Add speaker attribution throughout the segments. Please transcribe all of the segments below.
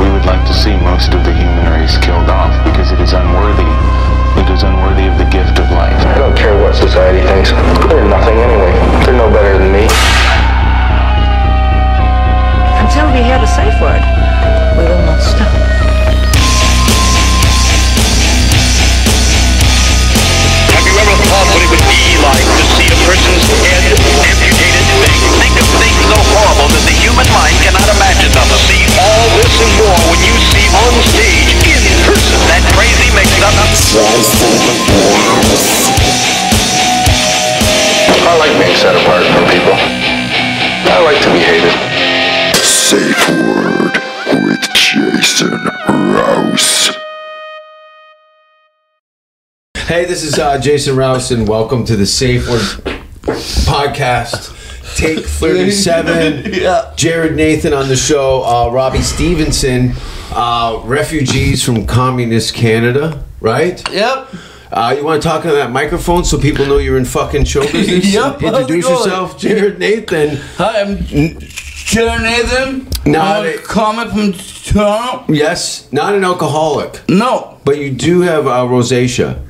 Speaker 1: We would like to see most of the human race killed off because it is unworthy. It is unworthy of the gift of life.
Speaker 2: I don't care what society thinks. They're nothing anyway. They're no better than me.
Speaker 3: Until we hear the safe word, we will not stop.
Speaker 4: Have you ever thought what it would be like to see a person's head amputated? Think, think of things so horrible that the human mind cannot imagine them. See all this and more when you see on stage, in person, that crazy mix-up.
Speaker 2: I like being set apart from people. I like to be hated.
Speaker 5: Safe Word with Jason Rouse.
Speaker 6: Hey, this is uh, Jason Rouse, and welcome to the Safe Word Podcast. Take 37. Jared Nathan on the show. Uh, Robbie Stevenson, uh, refugees from communist Canada, right?
Speaker 7: Yep.
Speaker 6: Uh, you want to talk on that microphone so people know you're in fucking show business?
Speaker 7: Yep, how's it
Speaker 6: Introduce
Speaker 7: going?
Speaker 6: yourself, Jared Nathan.
Speaker 7: Hi, I'm Jared Nathan.
Speaker 6: Not
Speaker 7: I'm a
Speaker 6: it-
Speaker 7: comic from Toronto.
Speaker 6: Yes, not an alcoholic,
Speaker 7: No.
Speaker 6: but you do have uh, rosacea,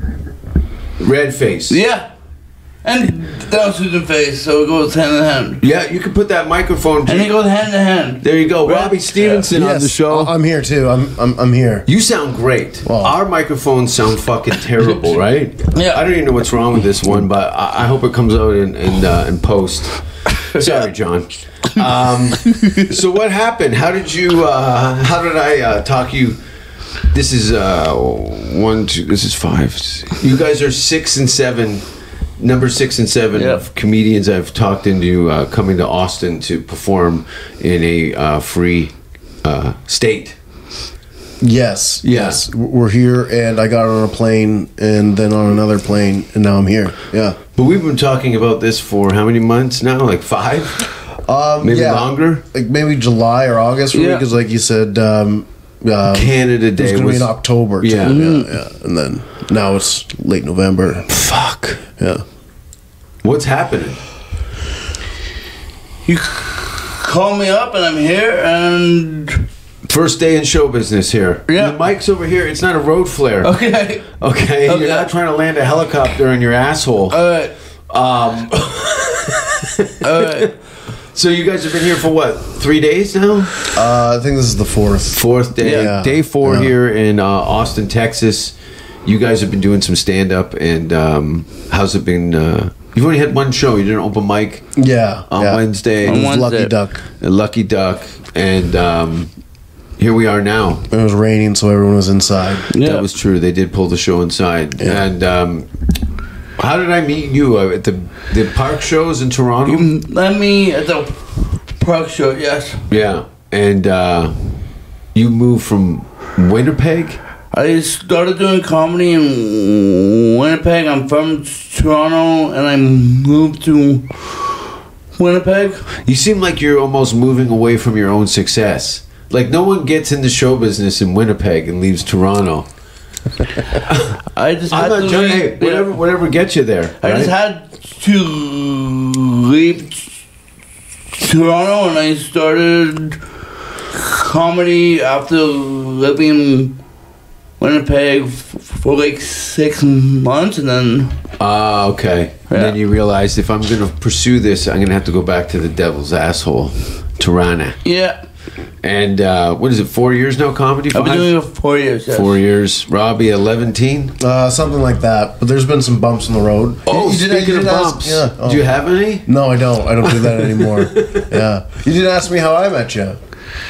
Speaker 6: red face.
Speaker 7: Yeah. And down Susan face, so it goes hand in hand.
Speaker 6: Yeah, you can put that microphone.
Speaker 7: And it goes hand in hand.
Speaker 6: There you go, Robbie Stevenson on the show.
Speaker 7: uh,
Speaker 8: I- I'm here too. I'm I'm, I'm here.
Speaker 6: You sound great. Our microphones sound fucking terrible, right?
Speaker 7: Yeah.
Speaker 6: I don't even know what's wrong with this one, but I, I hope it comes out in in, uh, in post. Sorry, John. Um, so what happened? How did you? Uh, how did I uh, talk you? This is uh, one, two. This is five. You guys are six and seven. Number six and seven
Speaker 7: Yeah.
Speaker 6: of comedians I've talked into uh, coming to Austin to perform in a uh, free uh, state.
Speaker 8: Yes.
Speaker 6: Yeah.
Speaker 8: Yes. W- We're here, and I got on a plane, and then on another plane, and now I'm here. Yeah.
Speaker 6: But we've been talking about this for how many months now? Like five,
Speaker 8: Um,
Speaker 6: maybe
Speaker 8: yeah.
Speaker 6: longer.
Speaker 8: Like maybe July or August for
Speaker 7: Yeah.
Speaker 8: because, like you said, um, uh,
Speaker 6: Canada
Speaker 8: it was
Speaker 6: Day
Speaker 8: going to be in October. too.
Speaker 6: Yeah. Mm-hmm.
Speaker 8: yeah. Yeah. And then now it's late November.
Speaker 6: Fuck.
Speaker 8: Yeah.
Speaker 6: What's happening?
Speaker 7: You call me up and I'm here and
Speaker 6: First day in show business here.
Speaker 7: Yeah. Oh.
Speaker 6: The mic's over here. It's not a road flare.
Speaker 7: Okay.
Speaker 6: Okay.
Speaker 7: Okay.
Speaker 6: You're not trying to land a helicopter on your asshole.
Speaker 7: Alright.
Speaker 6: Um.
Speaker 7: Alright.
Speaker 6: so you guys have been here for what? Three days now.
Speaker 8: Uh, I think this is the fourth.
Speaker 6: Fourth day.
Speaker 8: Yeah.
Speaker 6: Day four
Speaker 8: Yeah.
Speaker 6: here in uh, Austin, Texas. You guys have been doing some stand up, and um, how's it been? Uh, you've only had one show. You did an open mic
Speaker 8: Yeah.
Speaker 6: on
Speaker 8: yeah.
Speaker 6: Wednesday.
Speaker 7: On
Speaker 8: It was
Speaker 7: Wednesday.
Speaker 8: Lucky Duck.
Speaker 6: a lucky duck and um, here we are now
Speaker 8: It was raining, so everyone was inside.
Speaker 6: that was true they did pull the show inside
Speaker 8: Yeah.
Speaker 6: and um, how did i meet you Uh, at the the park shows in toronto
Speaker 7: Let me at the park show, yes.
Speaker 6: yeah and uh, you moved from winnipeg
Speaker 7: I started doing comedy in Winnipeg. I'm from Toronto and I moved to Winnipeg.
Speaker 6: you seem like you're almost moving away from your own success like no one gets into show business in winnipeg and leaves toronto
Speaker 7: I just
Speaker 6: i'm
Speaker 7: had
Speaker 6: not
Speaker 7: to
Speaker 6: joking
Speaker 7: leave.
Speaker 6: hey, whatever
Speaker 7: Yeah.
Speaker 6: whatever gets you there
Speaker 7: I just
Speaker 6: right?
Speaker 7: had to leave Toronto and I started comedy after living in Winnipeg f- for like six months and then
Speaker 6: Ah, okay. And then
Speaker 7: Yeah.
Speaker 6: you realized if I'm going to pursue this, I'm going to have to go back to the devil's asshole, Tirana.
Speaker 7: yeah,
Speaker 6: And uh, what is it? Four years now, comedy.
Speaker 7: I've been
Speaker 6: Five?
Speaker 7: doing it for four years. Yes.
Speaker 6: Four years. Robbie, eleventeen.
Speaker 8: Uh, something like that. But there's been some bumps in the road.
Speaker 6: Oh,
Speaker 8: You- you didn't-
Speaker 6: speaking
Speaker 8: you
Speaker 6: of
Speaker 8: didn't ask-
Speaker 6: bumps,
Speaker 8: yeah. Oh.
Speaker 6: do you have any?
Speaker 8: No, I don't. I don't do that anymore. yeah. You didn't ask me how I met you.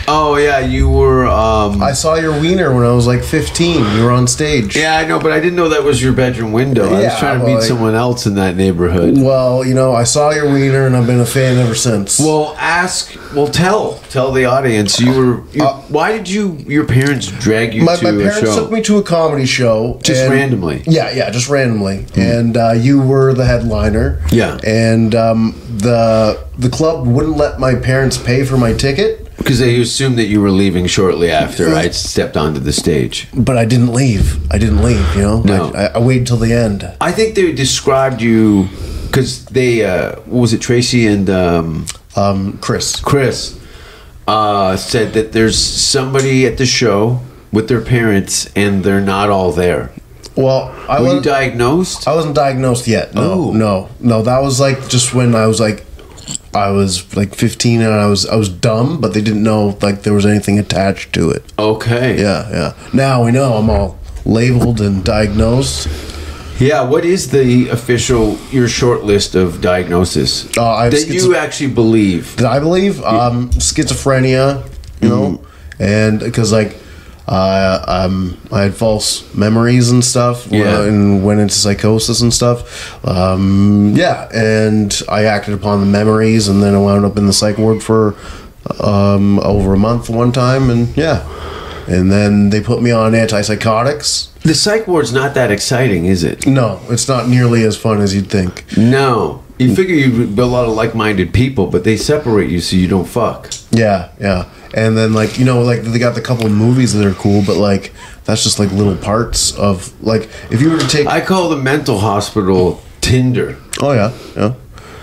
Speaker 6: Oh yeah, you were. Um,
Speaker 8: I saw your wiener when I was like 15. You were on stage.
Speaker 6: yeah, I know, but I didn't know that was your bedroom window. I was
Speaker 8: Yeah,
Speaker 6: trying to
Speaker 8: well,
Speaker 6: meet
Speaker 8: I-
Speaker 6: someone else in that neighborhood.
Speaker 8: Well, you know, I saw your wiener and I've been a fan ever since.
Speaker 6: Well, ask. Well, tell tell the audience you were. You,
Speaker 8: Uh,
Speaker 6: why did you? Your parents drag you
Speaker 8: my,
Speaker 6: to
Speaker 8: my
Speaker 6: a
Speaker 8: parents
Speaker 6: show?
Speaker 8: took me to a comedy show.
Speaker 6: Just
Speaker 8: and-
Speaker 6: randomly? Mm-hmm.
Speaker 8: Yeah, yeah, just randomly. And uh, you were the headliner.
Speaker 6: Yeah.
Speaker 8: And um, the the club wouldn't let my parents pay for my ticket.
Speaker 6: Because they assumed that you were leaving shortly after I stepped onto the stage.
Speaker 8: But I didn't leave. I didn't leave. You know,
Speaker 6: No.
Speaker 8: I, I, I waited till the end.
Speaker 6: I think they described you because they uh, what was it Tracy and um,
Speaker 8: Um, Chris,
Speaker 6: Chris uh, said that there's somebody at the show with their parents and they're not all there.
Speaker 8: Well, I
Speaker 6: Were you
Speaker 8: wasn't,
Speaker 6: diagnosed?
Speaker 8: I wasn't diagnosed yet. No,
Speaker 6: Oh.
Speaker 8: no, no. That was like just when I was like, I was like 15 and I was I was dumb, but they didn't know like there was anything attached to it.
Speaker 6: Okay.
Speaker 8: uh, Yeah, yeah. Now we know I'm all labeled and diagnosed.
Speaker 6: Yeah, what is the official your short list of diagnosis
Speaker 8: Uh, I have
Speaker 6: that you
Speaker 8: schizo-
Speaker 6: actually believe?
Speaker 8: that I believe um, schizophrenia, you know, and because like uh, um, I had false memories and stuff, when
Speaker 6: Yeah.
Speaker 8: I- and went into psychosis and stuff. Um, yeah, and I acted upon the memories, and then I wound up in the psych ward for um, over a month one time, and yeah, and then they put me on antipsychotics.
Speaker 6: The psych ward's not that exciting, is it?
Speaker 8: No, it's not nearly as fun as you'd think.
Speaker 6: No. You figure you'd be a lot of like-minded people, but they separate you so you don't fuck.
Speaker 8: Yeah, yeah. And then like you know like they got the couple of movies that are cool, but like that's just like little parts of like if you were to take
Speaker 6: I call the mental hospital Tinder.
Speaker 8: oh yeah yeah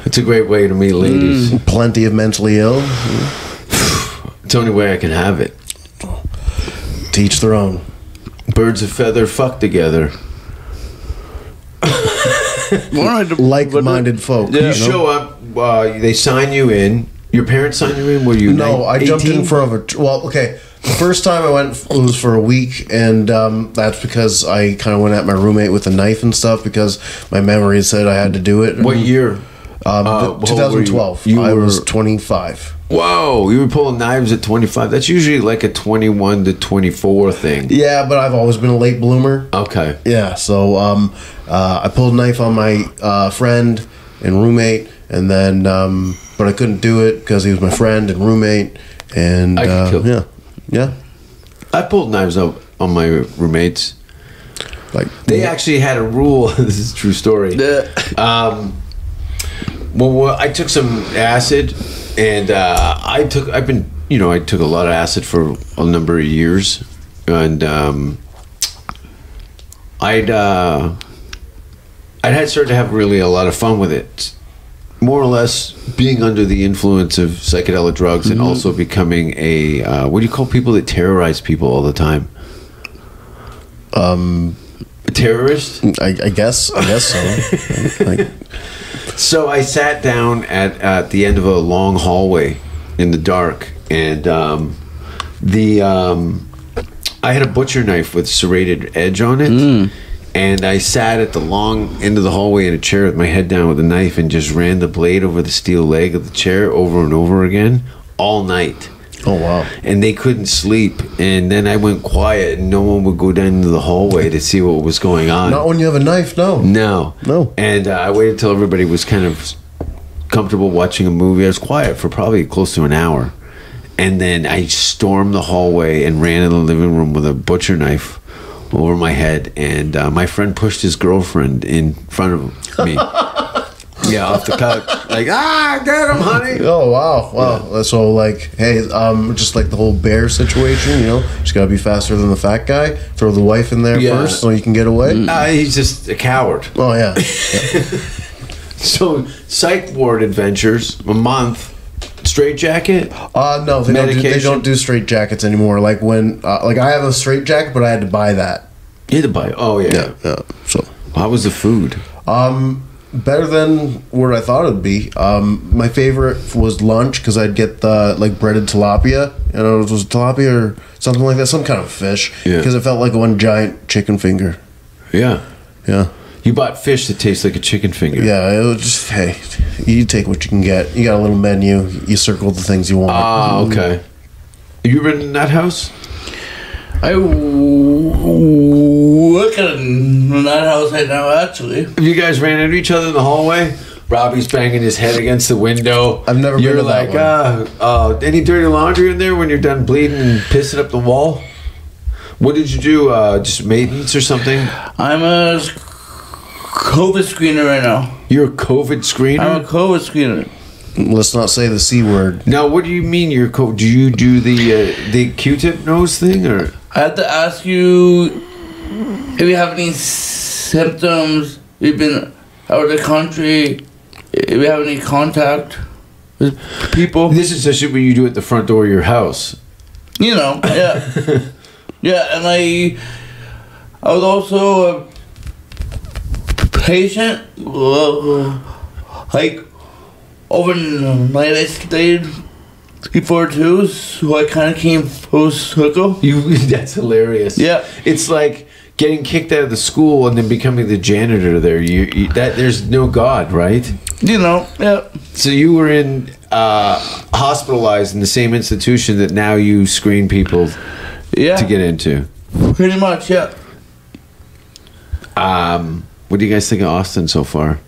Speaker 6: It's a great way to meet
Speaker 8: Mm.
Speaker 6: ladies.
Speaker 8: plenty of mentally ill
Speaker 6: It's the only way I can have it.
Speaker 8: teach their own.
Speaker 6: Birds of feather fuck together.
Speaker 8: Like-minded folk.
Speaker 6: you show up. Uh, they sign you in. Your parents sign you in. Were you
Speaker 8: No, I
Speaker 6: nine-
Speaker 8: jumped
Speaker 6: 18?
Speaker 8: in for over. Well, okay. The first time I went f- was for a week, and um, that's because I kind of went at my roommate with a knife and stuff because my memory said I had to do it.
Speaker 6: what year?
Speaker 8: Um,
Speaker 6: Uh,
Speaker 8: th-
Speaker 6: what were you-
Speaker 8: 2012.
Speaker 6: you
Speaker 8: I was
Speaker 6: were-
Speaker 8: 25.
Speaker 6: Whoa, you were pulling knives at 25. That's usually like a 21 to 24 thing.
Speaker 8: Yeah, but I've always been a late bloomer.
Speaker 6: Okay.
Speaker 8: Yeah, so um, uh, I pulled a knife on my uh, friend and roommate, and then um, but I couldn't do it because he was my friend and roommate, and
Speaker 6: I could
Speaker 8: uh,
Speaker 6: kill-
Speaker 8: yeah, yeah,
Speaker 6: I pulled knives up on my roommates.
Speaker 8: like
Speaker 6: They actually had a rule. this is a true story. Um, well, well, I took some acid, and uh, I took. I've been, you know, I took a lot of acid for a number of years, and um, I'd uh, I'd had started to have really a lot of fun with it. More or less being under the influence of psychedelic drugs and also becoming a uh, what do you call people that terrorize people all the time? Um, terrorist.
Speaker 8: I, I guess I guess so. like,
Speaker 6: So I sat down at at the end of a long hallway in the dark, and um, the um, I had a butcher knife with serrated edge on it, and I sat at the long end of the hallway in a chair with my head down with a knife and just ran the blade over the steel leg of the chair over and over again all night
Speaker 8: oh wow,
Speaker 6: and they couldn't sleep. And then I went quiet, and no one would go down into the hallway to see what was going on.
Speaker 8: not when you have a knife, no.
Speaker 6: No.
Speaker 8: No.
Speaker 6: And uh, I waited till everybody was kind of comfortable watching a movie. I was quiet for probably close to an hour. And then I stormed the hallway and ran in the living room with a butcher knife over my head. And uh, my friend pushed his girlfriend in front of me. yeah, off the couch. Like, ah, get him, honey.
Speaker 8: Oh wow, wow. So like, hey, um, just like the whole bear situation, you know, just gotta be faster than the fat guy. Throw the wife in there
Speaker 6: Yeah.
Speaker 8: first, so you can get away.
Speaker 6: Uh, he's just a coward.
Speaker 8: Oh yeah,
Speaker 6: So, psych ward adventures, a month, straight jacket.
Speaker 8: Uh, no, they don't, do, they
Speaker 6: Medication.
Speaker 8: don't do straight jackets anymore. Like when, uh, like I have a straight jacket, but I had to buy that.
Speaker 6: You had to buy. Oh yeah.
Speaker 8: yeah. So,
Speaker 6: How was the food?
Speaker 8: um, better than what I thought it'd be. Um, my favorite was lunch because I'd get the like breaded tilapia. You know, it was tilapia or something like that, some kind of fish.
Speaker 6: Yeah.
Speaker 8: Because it felt like one giant chicken finger.
Speaker 6: Yeah.
Speaker 8: Yeah.
Speaker 6: You bought fish that tastes like a chicken finger.
Speaker 8: Yeah. It was just hey, you take what you can get. You got a little menu. You circle the things you want.
Speaker 6: Ah, okay. Have you ever been in that house?
Speaker 7: I w- work at that house right now, actually.
Speaker 6: Have you guys ran into each other in the hallway? Robbie's banging his head against the window.
Speaker 8: I've never been
Speaker 6: You're
Speaker 8: to that
Speaker 6: like, uh, uh, any dirty laundry in there when you're done bleeding and pissing up the wall? What did you do? Uh, just maintenance or something?
Speaker 7: I'm a s- COVID screener right now.
Speaker 6: You're a COVID screener.
Speaker 7: I'm a COVID screener.
Speaker 8: Let's not say the c word.
Speaker 6: Now, what do you mean? Your co- do you do the uh, the Q-tip nose thing or?
Speaker 7: I have to ask you if you have any symptoms. You've been out of the country. If you have any contact with people,
Speaker 6: This is the shit what you do at the front door of your house.
Speaker 7: you know, yeah, yeah. And I, I was also a patient. uh, Like overnight, I stayed before two, so I kind of came full circle.
Speaker 6: You that's hilarious.
Speaker 7: Yeah.
Speaker 6: it's like getting kicked out of the school and then becoming the janitor there. You, you that there's no god, right?
Speaker 7: You know, yeah.
Speaker 6: So you were in uh, hospitalized in the same institution that now you screen people
Speaker 7: Yeah,
Speaker 6: to get into.
Speaker 7: pretty much, yeah.
Speaker 6: Um, what do you guys think of Austin so far?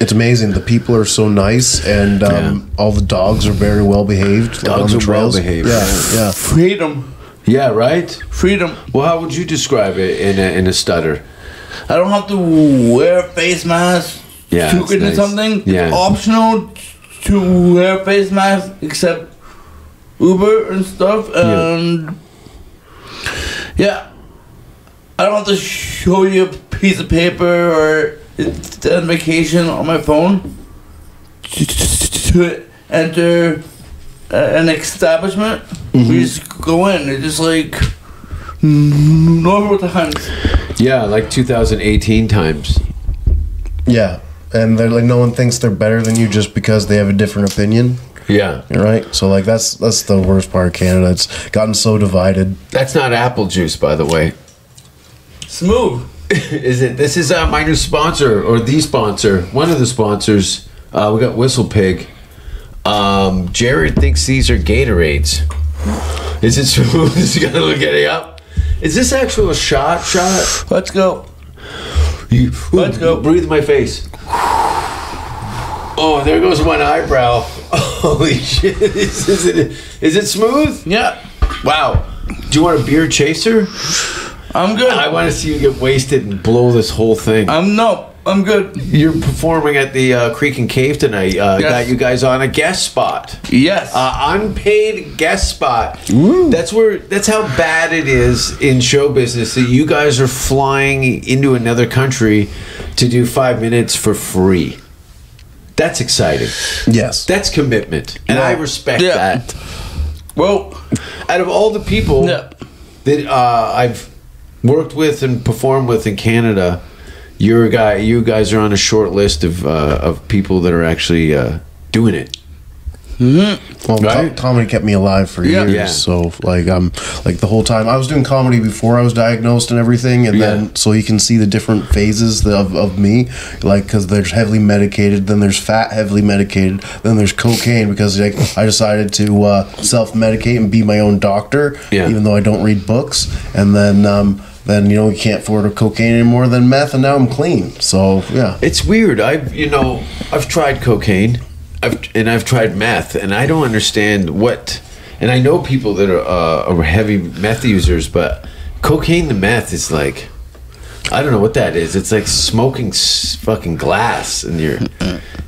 Speaker 8: It's amazing. The people are so nice, and um, all the dogs are very well behaved. like, on
Speaker 6: Dogs
Speaker 8: the
Speaker 6: are
Speaker 8: trails.
Speaker 6: well-behaved,
Speaker 8: Yeah, yeah.
Speaker 7: Freedom,
Speaker 6: Yeah, right.
Speaker 7: freedom.
Speaker 6: Well, how would you describe it in a, in a stutter?
Speaker 7: I don't have to wear a face mask
Speaker 6: Yeah,
Speaker 7: to
Speaker 6: it's
Speaker 7: get into
Speaker 6: nice.
Speaker 7: something.
Speaker 6: Yeah.
Speaker 7: It's optional to wear a face mask except Uber and stuff.
Speaker 6: Yeah.
Speaker 7: And yeah, I don't have to show you a piece of paper or identification on my phone to, to enter a- an establishment.
Speaker 6: Mm-hmm.
Speaker 7: We just go in. It's just like normal times.
Speaker 6: Yeah, like 2018 times.
Speaker 8: Yeah, and they're like no one thinks they're better than you just because they have a different opinion,
Speaker 6: Yeah.
Speaker 8: right? So like that's that's the worst part of Canada. It's gotten so divided.
Speaker 6: That's not apple juice, by the way.
Speaker 7: Smooth.
Speaker 6: Is it? This is uh, my new sponsor or the sponsor, one of the sponsors. Uh, we got Whistle Pig. Um, Jared thinks these are Gatorades. Is it smooth? is he gonna look it up? Is this actual a shot? Shot?
Speaker 7: Let's go.
Speaker 6: You,
Speaker 7: Let's go.
Speaker 6: Breathe in my face. Oh, there goes one eyebrow. Holy shit! Is, is it? Is it smooth?
Speaker 7: Yeah,
Speaker 6: Wow. Do you want a beer chaser?
Speaker 7: I'm good.
Speaker 6: I want to see you get wasted and blow this whole thing.
Speaker 7: I'm no, I'm good.
Speaker 6: You're performing at the uh, Creek and Cave tonight. Uh,
Speaker 7: Yes.
Speaker 6: Got you guys on a guest spot,
Speaker 7: Yes.
Speaker 6: uh, unpaid guest spot. That's where. That's how bad it is in show business that you guys are flying into another country to do five minutes for free. That's exciting.
Speaker 8: Yes,
Speaker 6: That's commitment, and I respect
Speaker 7: Yeah.
Speaker 6: that.
Speaker 7: well,
Speaker 6: Out of all the people
Speaker 7: Yeah.
Speaker 6: that uh, I've worked with and performed with in Canada, you're a guy. You guys are on a short list of uh, of people that are actually uh, doing it.
Speaker 8: well, co-
Speaker 6: Right?
Speaker 8: comedy kept me alive for
Speaker 7: Yeah.
Speaker 8: years.
Speaker 6: Yeah.
Speaker 8: So like I'm like the whole time I was doing comedy before I was diagnosed and everything, and
Speaker 6: Yeah.
Speaker 8: then so you can see the different phases of of me, like because there's heavily medicated, then there's fat heavily medicated, then there's cocaine because like I decided to uh, self medicate and be my own doctor,
Speaker 6: Yeah.
Speaker 8: even though I don't read books, and then. um then you know you can't afford cocaine anymore than meth, and now I'm clean. So yeah,
Speaker 6: It's weird. I've you know I've tried cocaine, I've, and I've tried meth, and I don't understand what. And I know people that are, uh, are heavy meth users, but cocaine to meth is like I don't know what that is. It's like smoking s- fucking glass, and you're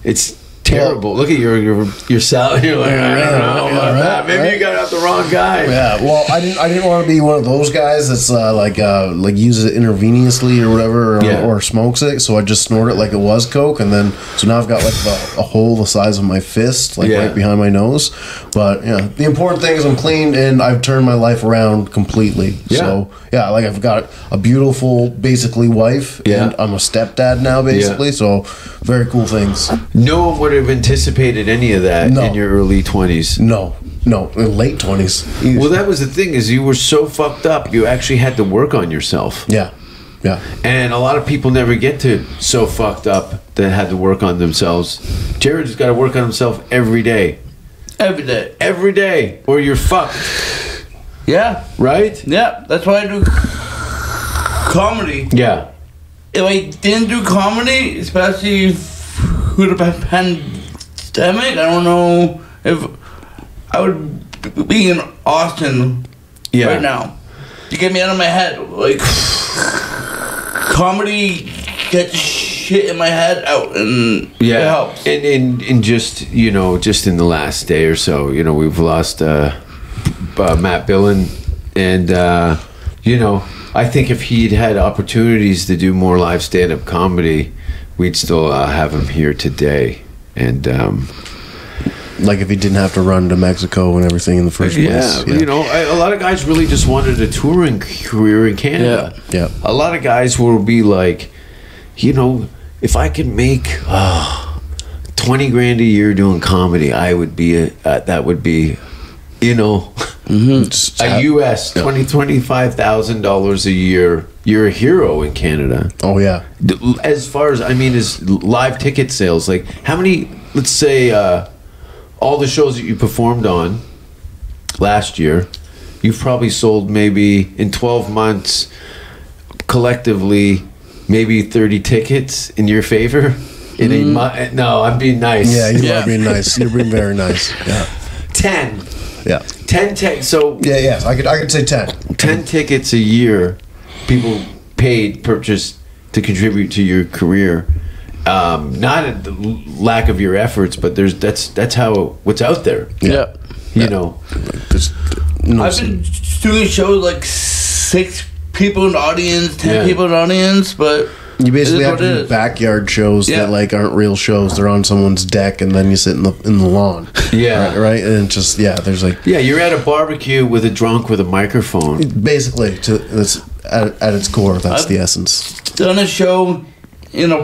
Speaker 6: it's terrible. Look at your your your salad. You're like I don't know about
Speaker 8: Yeah, right,
Speaker 6: that. Maybe you
Speaker 8: right.
Speaker 6: got out the wrong guy.
Speaker 8: Yeah, well, I didn't. I didn't want to be one of those guys that's uh, like uh, like uses it intravenously or whatever, or,
Speaker 6: Yeah.
Speaker 8: or smokes it. So I just snort it like it was coke, and then so now I've got like a, a hole the size of my fist, like
Speaker 6: Yeah.
Speaker 8: right behind my nose. But yeah, the important thing is I'm clean and I've turned my life around completely. So yeah, like I've got a beautiful, basically wife,
Speaker 6: Yeah.
Speaker 8: and I'm a stepdad now, basically. So very cool things.
Speaker 6: No one would have anticipated any of that
Speaker 8: No.
Speaker 6: in your early twenties.
Speaker 8: No, no, late twenties.
Speaker 6: Well, that was the thing is you were so fucked up. You actually had to work on yourself,
Speaker 8: yeah, yeah.
Speaker 6: and a lot of people never get to so fucked up that had to work on themselves. Jared's got to work on himself every day,
Speaker 7: every day.
Speaker 6: every day, or you're fucked,
Speaker 7: Yeah,
Speaker 6: right?
Speaker 7: yeah. That's why I do comedy.
Speaker 6: Yeah,
Speaker 7: If I didn't do comedy, especially through the pa- pandemic, I don't know if I would be in Austin
Speaker 6: yeah.
Speaker 7: right now. You get me out of my head. Like comedy gets shit in my head out, and it
Speaker 6: Yeah,
Speaker 7: helps.
Speaker 6: and, and and just you know, just in the last day or so, you know, we've lost uh, uh, Matt Billen, and uh, you know, I think if he'd had opportunities to do more live stand-up comedy, we'd still uh, have him here today. And um,
Speaker 8: Like if he didn't have to run to Mexico and everything in the first
Speaker 6: yeah,
Speaker 8: place. Yeah.
Speaker 6: you know, a, a lot of guys really just wanted a touring career in Canada.
Speaker 8: Yeah.
Speaker 6: a lot of guys will be like, you know, if I could make uh, twenty grand a year doing comedy, I would be a, uh, that would be, you know,
Speaker 8: Just
Speaker 6: a
Speaker 8: have-
Speaker 6: U.S. twenty twenty five thousand dollars a year. You're a hero in Canada.
Speaker 8: oh yeah.
Speaker 6: D- As far as I mean, is live ticket sales like how many? Let's say uh, all the shows that you performed on last year, you've probably sold maybe in twelve months collectively maybe 30 tickets in your favor in a month no i'm being nice
Speaker 8: Mm. Yeah, you
Speaker 7: Yeah.
Speaker 8: are being nice. You're being very nice. Yeah.
Speaker 6: 10
Speaker 8: Yeah.
Speaker 6: 10 ti- so
Speaker 8: Yeah, yeah. I could I could say ten.
Speaker 6: 10 tickets a year people paid purchased to contribute to your career um, not at the l- lack of your efforts but there's that's that's how what's out there
Speaker 7: Yeah.
Speaker 6: you know
Speaker 8: Just no
Speaker 7: I've been doing shows like six people in the audience, ten
Speaker 6: Yeah.
Speaker 7: people in the audience, but
Speaker 8: You basically
Speaker 7: It is
Speaker 8: have
Speaker 7: what
Speaker 8: to
Speaker 7: it
Speaker 8: do
Speaker 7: is.
Speaker 8: backyard shows
Speaker 7: Yeah.
Speaker 8: that like aren't real shows. They're on someone's deck, and then you sit in the in the lawn.
Speaker 6: Yeah.
Speaker 8: right, right? and it's just yeah. There's like
Speaker 6: yeah you're at a barbecue with a drunk with a microphone
Speaker 8: basically to that's at, at its core. That's
Speaker 7: I've-
Speaker 8: the essence.
Speaker 7: done a show in a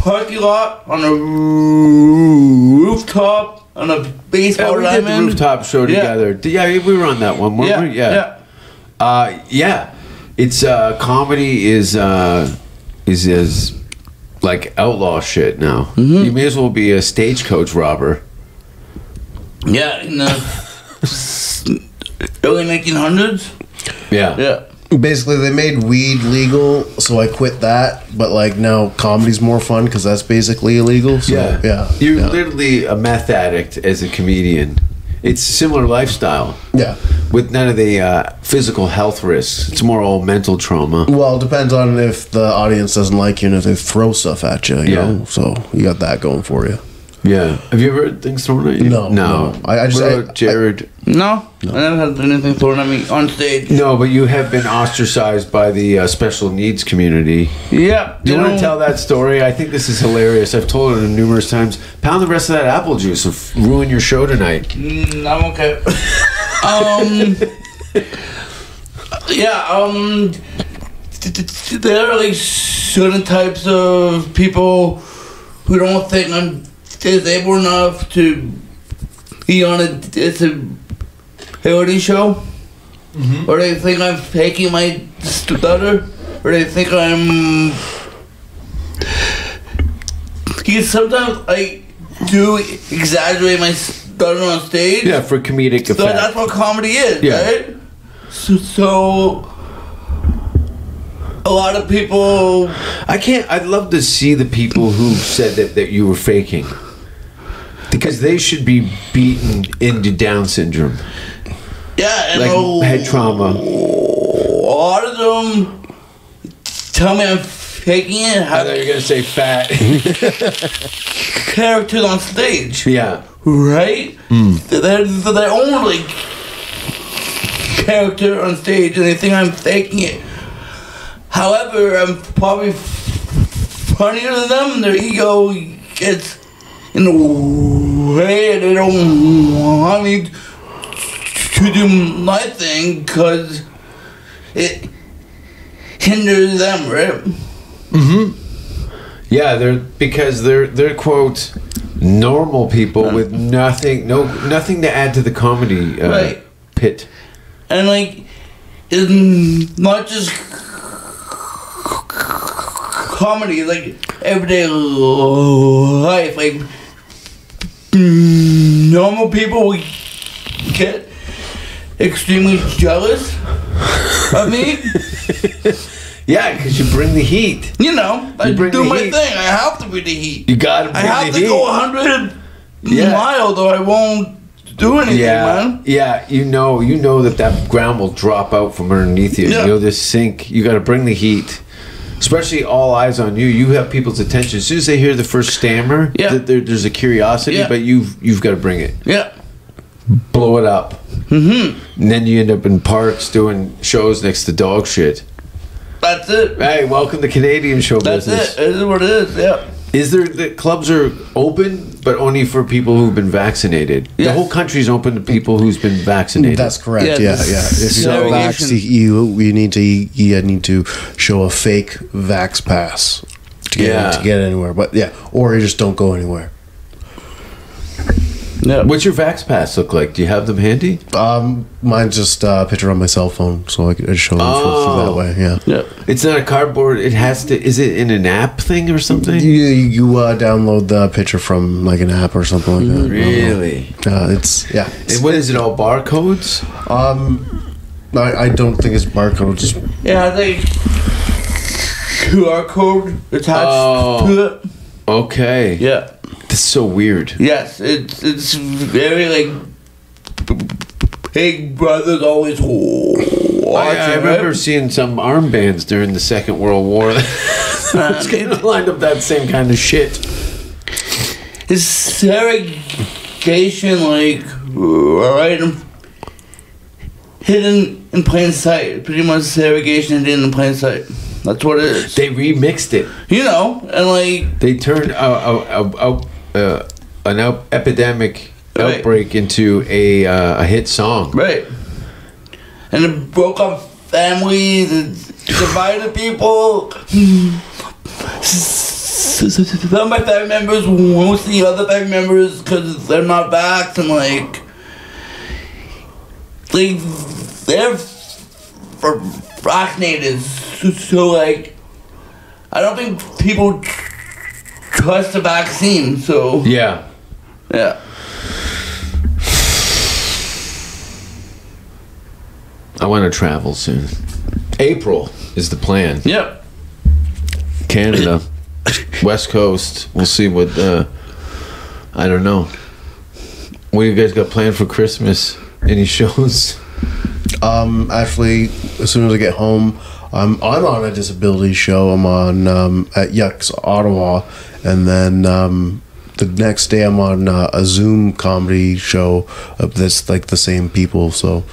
Speaker 7: parking lot on a rooftop on a
Speaker 6: yeah,
Speaker 7: baseball
Speaker 6: we did
Speaker 7: diamond.
Speaker 6: the rooftop show
Speaker 7: Yeah.
Speaker 6: together. D- Yeah, we were on that one, weren't
Speaker 7: Yeah,
Speaker 6: we?
Speaker 7: yeah.
Speaker 6: Uh, yeah, it's uh, comedy is uh, is is like outlaw shit now.
Speaker 7: Mm-hmm.
Speaker 6: You may as well be a stagecoach robber.
Speaker 7: Yeah, in the early 1900s.
Speaker 6: Yeah,
Speaker 7: Yeah.
Speaker 8: Basically, they made weed legal, so I quit that. But like now, comedy's more fun because that's basically illegal. So,
Speaker 6: yeah,
Speaker 8: yeah, yeah,
Speaker 6: You're
Speaker 8: yeah.
Speaker 6: literally a meth addict as a comedian. It's a similar lifestyle with none of the uh, physical health risks. It's more all mental trauma.
Speaker 8: Well, it depends on if the audience doesn't like you and if they throw stuff at you. You
Speaker 6: Yeah.
Speaker 8: know, so you got that going for you.
Speaker 6: Yeah. Have you ever had things thrown at you?
Speaker 8: No,
Speaker 6: No.
Speaker 8: no. I- I just-
Speaker 6: What
Speaker 8: I-
Speaker 6: about Jared.
Speaker 7: No, I never had anything thrown at me on stage.
Speaker 6: No, but you have been ostracized by the uh, special needs community. Do
Speaker 7: Yeah.
Speaker 6: you
Speaker 7: they
Speaker 6: want to
Speaker 7: don't-
Speaker 6: tell that story? I think this is hilarious. I've told it numerous times. Pound the rest of that apple juice and f- ruin your show tonight.
Speaker 7: Mm, I'm okay. um. Yeah. Um. th- th- th- There are like certain types of people who don't think I'm disabled enough to be on a disability show, or they think I'm faking my stutter, or they think I'm. Because sometimes I do exaggerate my stutter on stage.
Speaker 6: Yeah, for comedic
Speaker 7: So that's
Speaker 6: effect.
Speaker 7: what comedy is,
Speaker 6: Yeah.
Speaker 7: right? So, so a lot of people,
Speaker 6: I can't. I'd love to see the people who said that that you were faking, because they should be beaten into Down syndrome,
Speaker 7: yeah, and
Speaker 6: like
Speaker 7: a,
Speaker 6: head trauma.
Speaker 7: a lot of them tell me I'm faking it.
Speaker 6: I
Speaker 7: Have
Speaker 6: thought you were gonna say fat.
Speaker 7: characters on stage,
Speaker 6: yeah,
Speaker 7: right? They're, they're their own like character on stage, and they think I'm faking it. However, I'm probably funnier than them. and Their ego gets in the way, and they don't want me to do my thing because it hinders them, right?
Speaker 6: yeah. They're because they're they're quote normal people with nothing, no nothing to add to the comedy uh,
Speaker 7: Right.
Speaker 6: pit.
Speaker 7: and like it's not just comedy like everyday life like normal people we get extremely jealous of me
Speaker 6: Yeah, because you bring the heat.
Speaker 7: you know i
Speaker 6: You bring
Speaker 7: do
Speaker 6: the
Speaker 7: my
Speaker 6: heat.
Speaker 7: thing i have to be the heat
Speaker 6: You got to
Speaker 7: i have to go 100
Speaker 6: Yeah.
Speaker 7: mile though i won't do anything
Speaker 6: yeah,
Speaker 7: man
Speaker 6: yeah. You know, you know that that ground will drop out from underneath you.
Speaker 7: Yeah.
Speaker 6: You know this sink. You got to bring the heat. especially all eyes on you. You have people's attention as soon as they hear the first stammer.
Speaker 7: Yeah.
Speaker 6: that there- there's a curiosity,
Speaker 7: Yeah.
Speaker 6: but you've you've got to bring it,
Speaker 7: Yeah.
Speaker 6: blow it up, mm-hmm. and then you end up in parks doing shows next to dog shit.
Speaker 7: That's it.
Speaker 6: Hey, welcome to Canadian show
Speaker 7: That's
Speaker 6: business.
Speaker 7: it. It is what it is. Yeah.
Speaker 6: Is there the clubs are open, but only for people who've been vaccinated? The
Speaker 7: Yes.
Speaker 6: whole country's open to people who's been vaccinated.
Speaker 8: That's correct.
Speaker 7: Yeah,
Speaker 8: Yeah, yeah.
Speaker 7: this-
Speaker 8: If you're
Speaker 7: so-
Speaker 8: not vax, you you need to you need to show a fake vax pass to get
Speaker 6: Yeah.
Speaker 8: to get anywhere. But yeah, or you just don't go anywhere.
Speaker 7: Yeah.
Speaker 6: What's your vax pass look like? Do you have them handy?
Speaker 8: Um, mine's just uh, a picture on my cell phone, so I could show them
Speaker 6: Oh.
Speaker 8: for, for that way. Yeah.
Speaker 7: yeah.
Speaker 6: It's not a cardboard. It has to. Is it in an app thing or something?
Speaker 8: You, you uh, download the picture from like an app or something like that.
Speaker 6: Really?
Speaker 8: Uh, it's yeah.
Speaker 6: And what is it? All barcodes?
Speaker 8: Um, I, I don't think it's barcode. Just
Speaker 7: Yeah, I think QR code attached
Speaker 6: Oh.
Speaker 7: to it.
Speaker 6: Okay.
Speaker 7: Yeah.
Speaker 6: That's so weird.
Speaker 7: Yes, it's it's very like Big Brother's always watching.
Speaker 6: Oh, I, I remember seeing some armbands during the Second World War. It's kind of lined up that same kind of shit.
Speaker 7: Is segregation like right in- hidden in plain sight? Pretty much segregation hidden in plain sight. That's what it is.
Speaker 6: They remixed it.
Speaker 7: you know, and like
Speaker 6: They turned a, a, a, a, uh, an out, epidemic
Speaker 7: Right.
Speaker 6: outbreak into a, uh, a hit song.
Speaker 7: right, and it broke up families, it divided people. Some of my family members won't see other family members because they're not vaxxed and like, like they're for vaccinated. So, so like, I don't think people trust the vaccine. So
Speaker 6: Yeah.
Speaker 7: yeah.
Speaker 6: I want to travel soon. April is the plan.
Speaker 7: Yep.
Speaker 6: Canada, West Coast. We'll see what. Uh, I don't know. What you guys got planned for Christmas? Any shows?
Speaker 8: um, actually, as soon as I get home, I'm I'm on a disability show. I'm on um, at Yucks Ottawa, and then um, the next day I'm on uh, a Zoom comedy show of this like the same people. So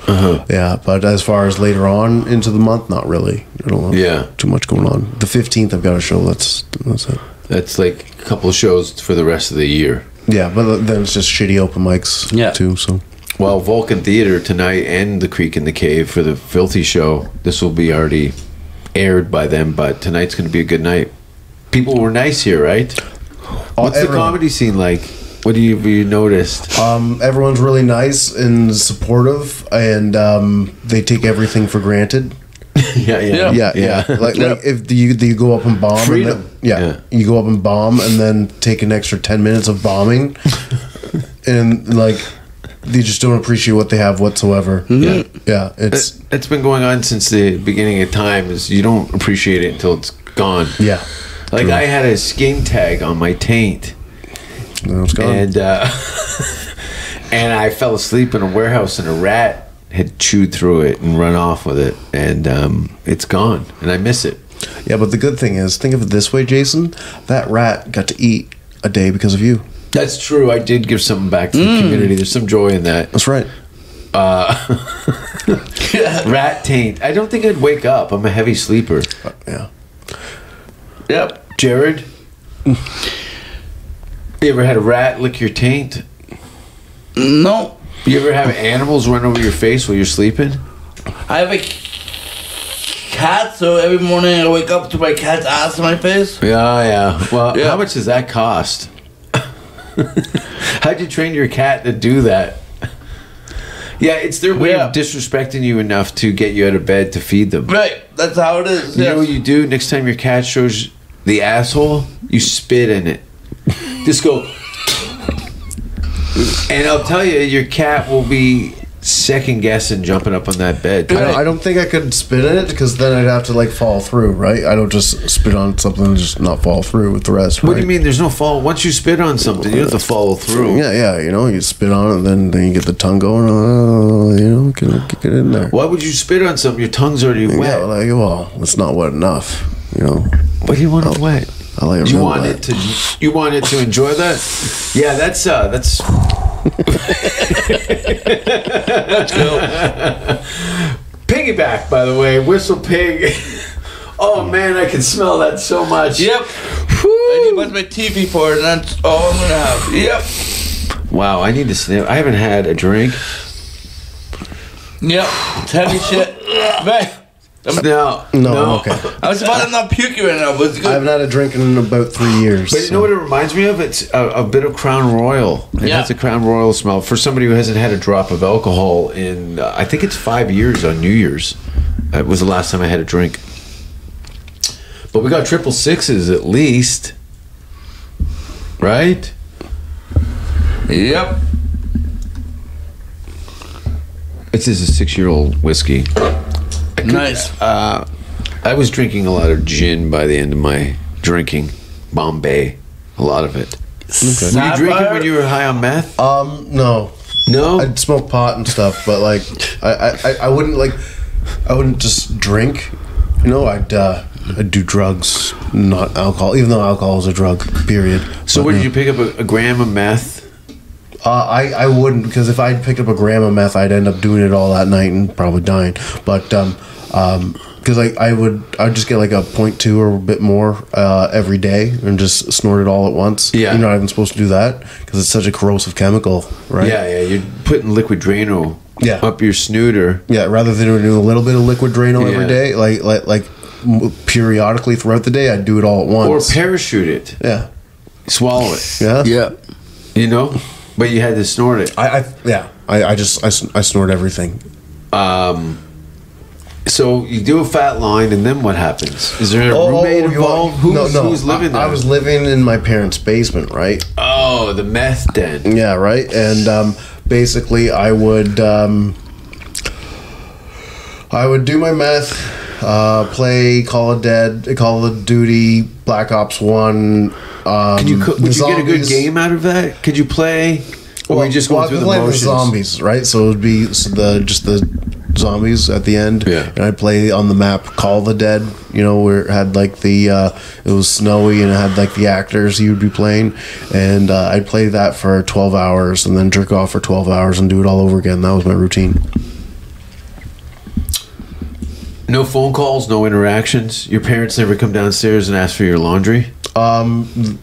Speaker 8: yeah, but as far as later on into the month, not really. I don't know.
Speaker 6: Yeah.
Speaker 8: too much going on. The fifteenth, I've got a show. That's that's it.
Speaker 6: That's like a couple shows for the rest of the year.
Speaker 8: Yeah, but then it's just shitty open mics.
Speaker 7: Yeah.
Speaker 8: too. So.
Speaker 6: Well, Vulcan Theater tonight and The Creek in the Cave for the Filthy Show. This will be already aired by them, but tonight's going to be a good night. People were nice here, right? What's the
Speaker 8: Oh, everyone.
Speaker 6: comedy scene like? What do you, have you noticed?
Speaker 8: Um, everyone's really nice and supportive, and um, they take everything for granted.
Speaker 6: yeah, yeah,
Speaker 8: Yeah, yeah. Like, like if you you go up and bomb, and
Speaker 6: Freedom.
Speaker 8: then, yeah,
Speaker 6: Yeah.
Speaker 8: you go up and bomb, and then take an extra ten minutes of bombing, and like they just don't appreciate what they have whatsoever.
Speaker 6: Yeah.
Speaker 8: Yeah, it's
Speaker 6: It's, it's been going on since the beginning of time. Is you don't appreciate it until it's gone.
Speaker 8: yeah,
Speaker 6: Like I had a skin tag on my taint,
Speaker 8: no, it's gone.
Speaker 6: and uh, and I fell asleep in a warehouse, and a rat had chewed through it and run off with it, and um, it's gone, and I miss it.
Speaker 8: yeah, but the good thing is, think of it this way, Jason. That rat got to eat a day because of you.
Speaker 6: That's true. I did give something back to the community. There's some joy in that.
Speaker 8: That's right.
Speaker 6: Rat taint. I don't think I'd wake up. I'm a heavy sleeper.
Speaker 8: Yeah.
Speaker 7: Yep.
Speaker 6: Jared, you ever had a rat lick your taint?
Speaker 7: No.
Speaker 6: You ever have animals run over your face while you're sleeping?
Speaker 7: I have a cat, so every morning I wake up to my cat's ass in my face.
Speaker 6: Yeah, yeah. Well,
Speaker 7: Yeah.
Speaker 6: how much does that cost? How'd you train your cat to do that? Yeah, it's their way of
Speaker 7: Yeah.
Speaker 6: disrespecting you enough to get you out of bed to feed them.
Speaker 7: Right, that's how it is.
Speaker 6: You
Speaker 7: yes.
Speaker 6: know what you do next time your cat shows the asshole? You spit in it. Just go. and I'll tell you, your cat will be second guessing jumping up on that bed.
Speaker 8: I don't, I don't think I could spit in it because then I'd have to like fall through, right? I don't just spit on something and just not fall through with the rest.
Speaker 6: What do
Speaker 8: right?
Speaker 6: you mean? There's no fall. Once you spit on something, you have to follow through.
Speaker 8: Yeah, yeah, you know, you spit on it, and then then you get the tongue going. Oh, you know, get, get it in there.
Speaker 6: Why would you spit on something? Your tongue's already wet.
Speaker 8: Yeah, like well, it's not wet enough. You know,
Speaker 6: What do Oh. you want to play?
Speaker 8: I like
Speaker 6: You
Speaker 8: remember
Speaker 6: want
Speaker 8: that.
Speaker 6: it to you want it to enjoy that? Yeah, that's uh that's
Speaker 7: Let's go.
Speaker 6: piggyback by the way, whistle pig. Oh man, I can smell that so much.
Speaker 7: yep. I need what's my TV for, and that's all I'm gonna have. Yep.
Speaker 6: Wow, I need to sniff. I haven't had a drink.
Speaker 7: Yep. It's heavy shit. Man,
Speaker 6: No,
Speaker 8: No, I'm okay.
Speaker 7: I was about to not puke right now, but it's
Speaker 8: I
Speaker 7: good.
Speaker 8: haven't had a drink in about three years.
Speaker 6: But you know what it reminds me of? It's a, a bit of Crown Royal. It
Speaker 7: Yeah.
Speaker 6: has a Crown Royal smell for somebody who hasn't had a drop of alcohol in, uh, I think it's five years on New Year's. Uh, It was the last time I had a drink. But we got triple sixes at least. Right?
Speaker 7: Yep.
Speaker 6: This is a six year old whiskey.
Speaker 7: Nice.
Speaker 6: I was drinking a lot of gin by the end of my drinking. Bombay. A lot of it. Were you drinking when you were high on meth?
Speaker 8: Um, no,
Speaker 6: No.
Speaker 8: I'd smoke pot and stuff, but like, I, I- I, I wouldn't like, I wouldn't just drink. You know, I'd, uh, I'd do drugs, not alcohol. Even though alcohol is a drug, period.
Speaker 6: so,
Speaker 8: But,
Speaker 6: where did
Speaker 8: no.
Speaker 6: you pick up a, a gram of meth?
Speaker 8: Uh, I, I wouldn't because if I picked up a gram of meth, I'd end up doing it all that night and probably dying. But um, um 'cause because like I would, I'd just get like a point two or a bit more uh, every day and just snort it all at once.
Speaker 6: Yeah.
Speaker 8: you're not even supposed to do that because it's such a corrosive chemical, right?
Speaker 6: Yeah, yeah. You're putting liquid Drano
Speaker 8: Yeah.
Speaker 6: up your snooter.
Speaker 8: Yeah, rather than doing a little bit of liquid Drano
Speaker 6: Yeah.
Speaker 8: every day, like like like m- periodically throughout the day, I'd do it all at
Speaker 6: Or
Speaker 8: once.
Speaker 6: parachute it,
Speaker 8: yeah,
Speaker 6: swallow it,
Speaker 8: yeah,
Speaker 7: Yeah.
Speaker 6: you know? But you had to snort it.
Speaker 8: I, I yeah, I, I just I, sn- I snort everything.
Speaker 6: So you do a fat line, and then what happens? Is there a roommate
Speaker 8: Oh, you want-
Speaker 6: involved? Who's,
Speaker 8: no, no,
Speaker 6: who's living
Speaker 8: I,
Speaker 6: there?
Speaker 8: I was living in my parents' basement, right?
Speaker 6: oh, the meth den.
Speaker 8: Yeah, right. And um, basically, I would um, I would do my meth, uh, play Call of Dead, Call of Duty, Black Ops One. Um,
Speaker 6: Could you, co-
Speaker 8: the
Speaker 6: would you get a good
Speaker 8: zombies.
Speaker 6: game out of that? Could you play? Or were you just
Speaker 8: well,
Speaker 6: going
Speaker 8: I've
Speaker 6: through
Speaker 8: been
Speaker 6: the
Speaker 8: playing with
Speaker 6: motions?
Speaker 8: zombies, right? So it would be s- the just the zombies at the end.
Speaker 6: Yeah.
Speaker 8: And I'd play on the map Call the Dead, you know, where it had like the uh, it was snowy and it had like the actors you would be playing. And uh, I'd play that for twelve hours and then jerk off for twelve hours and do it all over again. That was my routine.
Speaker 6: No phone calls, no interactions. Your parents never come downstairs and ask for your laundry.
Speaker 8: Um,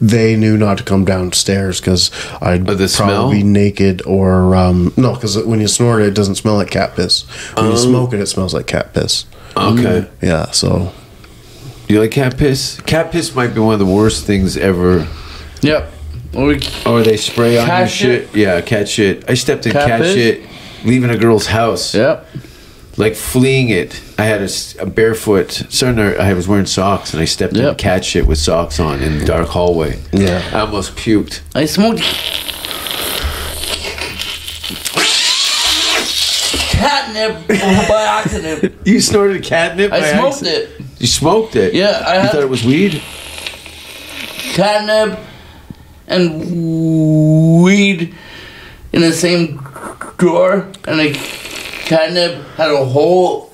Speaker 8: They knew not to come downstairs because I'd
Speaker 6: Oh, the
Speaker 8: probably
Speaker 6: smell?
Speaker 8: be naked or um, no, because when you snort it, it doesn't smell like cat piss. When
Speaker 6: Oh.
Speaker 8: you smoke it, it smells like cat piss. Mm.
Speaker 6: Okay.
Speaker 8: Yeah, so
Speaker 6: You like cat piss? Cat piss might be one of the worst things ever
Speaker 7: Yep. Well, we-
Speaker 6: Or Oh, they spray on
Speaker 7: Cat
Speaker 6: your
Speaker 7: shit?
Speaker 6: shit. Yeah, cat shit. I stepped in
Speaker 7: Cat
Speaker 6: cat,
Speaker 7: piss?
Speaker 6: shit, leaving a girl's house,
Speaker 7: Yep.
Speaker 6: like fleeing it. I had a, s- a barefoot. Certain I was wearing socks, and I stepped
Speaker 7: Yep.
Speaker 6: in cat shit with socks on in the dark hallway.
Speaker 8: Yeah.
Speaker 6: I almost puked.
Speaker 7: I smoked catnip by accident.
Speaker 6: You snorted catnip.
Speaker 7: I
Speaker 6: by
Speaker 7: smoked
Speaker 6: accident?
Speaker 7: it.
Speaker 6: You smoked it.
Speaker 7: Yeah, I
Speaker 6: you
Speaker 7: had-
Speaker 6: thought it was weed.
Speaker 7: Catnip and weed in the same drawer, and the catnip had a hole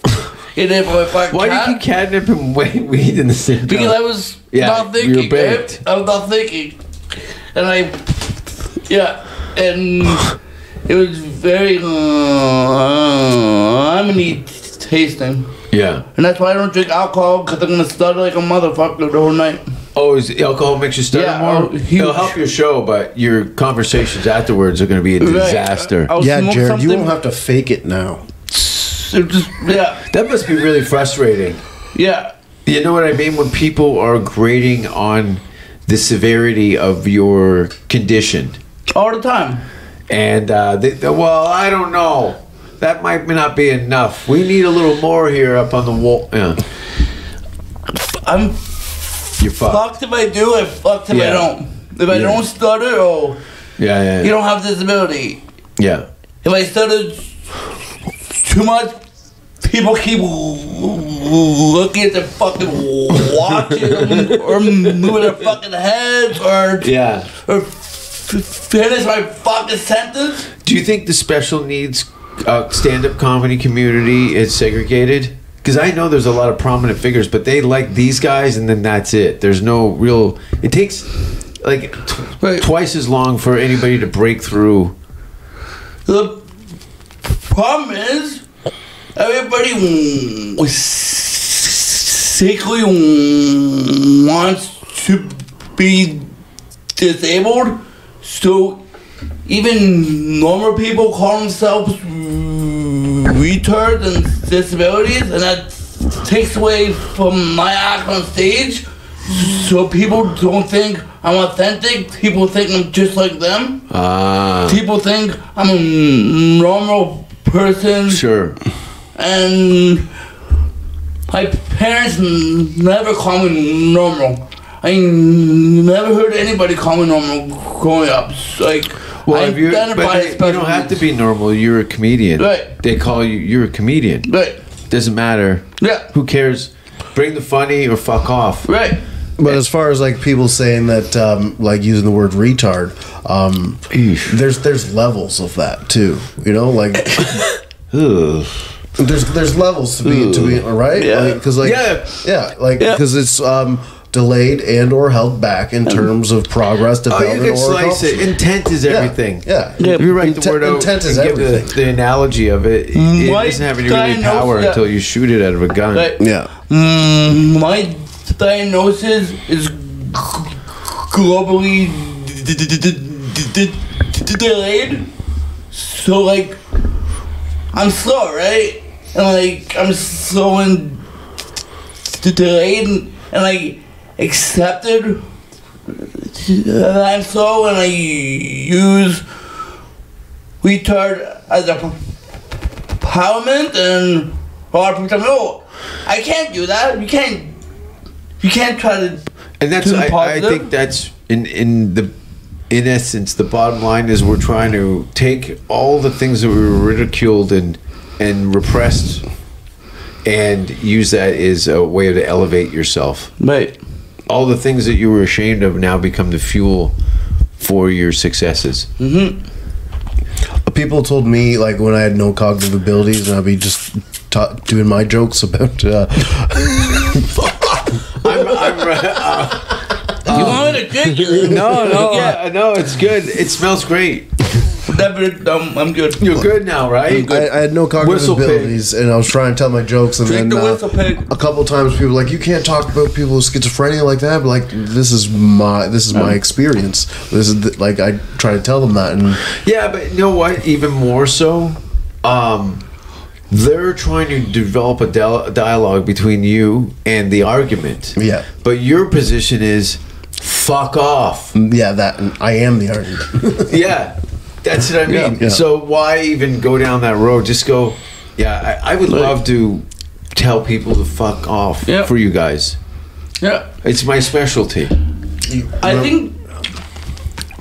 Speaker 7: in it for my fucking
Speaker 6: Why
Speaker 7: cat.
Speaker 6: did you catnip and wa- weed in the same?
Speaker 7: because
Speaker 6: jar?
Speaker 7: I was
Speaker 6: Yeah,
Speaker 7: not
Speaker 6: you were
Speaker 7: thinking. babe.
Speaker 6: baked.
Speaker 7: I was not thinking, and I, yeah, and it was very uh, lemony tasting,
Speaker 6: yeah.
Speaker 7: and that's why I don't drink alcohol because I'm gonna stutter like a motherfucker the whole night.
Speaker 6: Oh, is alcohol makes you stutter
Speaker 7: Yeah,
Speaker 6: more?
Speaker 7: oh, huge.
Speaker 6: It'll help your show, but your conversations afterwards are going to be a disaster.
Speaker 7: Right. Oh. I- I'll
Speaker 8: yeah,
Speaker 7: smoke
Speaker 8: Jared, you
Speaker 7: something-
Speaker 8: won't have to fake it now.
Speaker 7: it just yeah,
Speaker 6: That must be really frustrating.
Speaker 7: yeah.
Speaker 6: You know what I mean? When people are grading on the severity of your condition,
Speaker 7: All the time.
Speaker 6: and uh, they, they- well, I don't know. That might not be enough. We need a little more here up on the wall. Yeah,
Speaker 7: I'm
Speaker 6: you're fucked.
Speaker 7: fucked if I do, I'm fucked if I
Speaker 6: Yeah.
Speaker 7: don't. If I
Speaker 6: Yeah.
Speaker 7: don't stutter, oh,
Speaker 6: Yeah, yeah,
Speaker 7: you
Speaker 6: yeah.
Speaker 7: don't have disability.
Speaker 6: yeah.
Speaker 7: If I stutter too much, people keep looking at their fucking watches or moving their fucking heads or
Speaker 6: Yeah.
Speaker 7: or f- finish my fucking sentence.
Speaker 6: Do you think the special needs uh, stand-up comedy community is segregated? because I know there's a lot of prominent figures, but they like these guys, and then that's it. There's no real. It takes like tw-
Speaker 7: Right.
Speaker 6: twice as long for anybody to break through.
Speaker 7: The problem is, everybody mm, was sickly wants to be disabled, so even normal people call themselves retards and disabilities, and that takes away from my act on stage. So people don't think I'm authentic. People think I'm just like them
Speaker 6: Ah,
Speaker 7: people think I'm a normal person,
Speaker 6: sure.
Speaker 7: and my parents n- never call me normal. I never heard anybody call me normal growing up. It's Like,
Speaker 6: Well,
Speaker 7: I
Speaker 6: if you're, but
Speaker 7: identify
Speaker 6: they-
Speaker 7: as
Speaker 6: you
Speaker 7: special
Speaker 6: don't have to
Speaker 7: needs.
Speaker 6: be normal. You're a comedian.
Speaker 7: Right.
Speaker 6: They call you. You're a comedian.
Speaker 7: Right,
Speaker 6: Doesn't matter.
Speaker 7: Yeah.
Speaker 6: Who cares? Bring the funny or fuck off.
Speaker 7: right.
Speaker 8: But as far as like people saying that, um, like using the word retard, um, there's there's levels of that too. You know, like
Speaker 6: Ugh.
Speaker 8: there's there's levels to be to be right.
Speaker 7: Yeah.
Speaker 8: because like
Speaker 6: Yeah.
Speaker 8: yeah, like
Speaker 7: Yeah.
Speaker 8: because it's um, delayed and or held back in terms of progress,
Speaker 6: Oh,
Speaker 8: development,
Speaker 6: you can
Speaker 8: or
Speaker 6: slice it.
Speaker 8: accomplishment.
Speaker 6: Intent is
Speaker 8: Yeah,
Speaker 6: everything.
Speaker 8: Yeah,
Speaker 6: You write the
Speaker 8: Intent-
Speaker 6: word out.
Speaker 8: intent is
Speaker 6: and give the-
Speaker 8: everything.
Speaker 6: The, analogy of it, it
Speaker 7: Mm. Why
Speaker 6: doesn't have any
Speaker 7: guy
Speaker 6: really
Speaker 7: knows
Speaker 6: power
Speaker 7: that?
Speaker 6: until you shoot it out of a gun.
Speaker 7: Right.
Speaker 8: Yeah,
Speaker 7: Mm, my diagnosis is g- globally d- d- d- d- d- d- delayed. So like, I'm slow, right? And like, I'm slow and d- delayed, and, and like accepted that I'm slow, and I use retard as a empowerment and a lot of people tell me, oh, I can't do that. You can't. You can't try to.
Speaker 6: And that's
Speaker 7: To the
Speaker 6: I, I
Speaker 7: positive?
Speaker 6: think that's in in the in essence the bottom line is we're trying to take all the things that we were ridiculed and and repressed and use that as a way to elevate yourself.
Speaker 7: Right.
Speaker 6: All the things that you were ashamed of now become the fuel for your successes.
Speaker 8: people told me like when I had no cognitive abilities, and I'd be just ta- doing my jokes about. Uh,
Speaker 6: I'm, I'm, uh,
Speaker 7: you want me to drink it?
Speaker 6: no, no,
Speaker 7: Yeah.
Speaker 6: uh, no. It's good. It smells great.
Speaker 7: That bit, um, I'm good.
Speaker 6: You're good now, right?
Speaker 8: I, I had no cognitive
Speaker 6: Whistle pig.
Speaker 8: abilities, and I was trying to tell my jokes, and
Speaker 7: Drink
Speaker 8: then
Speaker 7: the
Speaker 8: uh,
Speaker 7: whistle pig.
Speaker 8: a couple times people were like, "You can't talk about people with schizophrenia like that." But like, this is my this is my experience. This is the, like I try to tell them that, and
Speaker 6: Yeah, but you know what? Even more so, um, they're trying to develop a dial- dialogue between you and the argument.
Speaker 8: Yeah.
Speaker 6: But your position is, fuck off.
Speaker 8: yeah, that and I am the argument.
Speaker 6: yeah, that's what I mean.
Speaker 8: Yeah.
Speaker 6: So why even go down that road? Just go. Yeah, I, I would love to tell people to fuck off
Speaker 7: Yeah.
Speaker 6: for you guys.
Speaker 7: Yeah.
Speaker 6: It's my specialty.
Speaker 7: I think.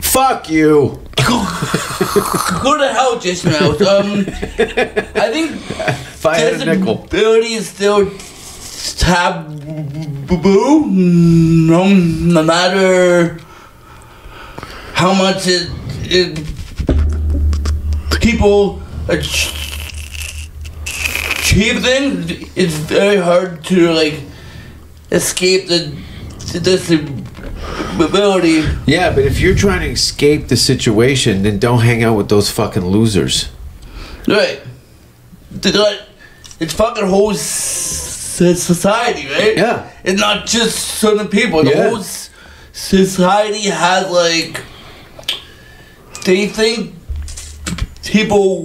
Speaker 6: Fuck you.
Speaker 7: Go to hell just now. Um, I think
Speaker 6: If I had a nickel.
Speaker 7: disability is still taboo. No, no matter how much it, it people ach- achieve things, it's very hard to like escape the, the disability.
Speaker 6: Yeah, but if you're trying to escape the situation, then don't hang out with those fucking losers.
Speaker 7: Right. Th- th- It's fucking whole s- s- society, right?
Speaker 6: Yeah.
Speaker 7: It's not just certain people. The
Speaker 6: Yeah.
Speaker 7: whole s- society has like they think people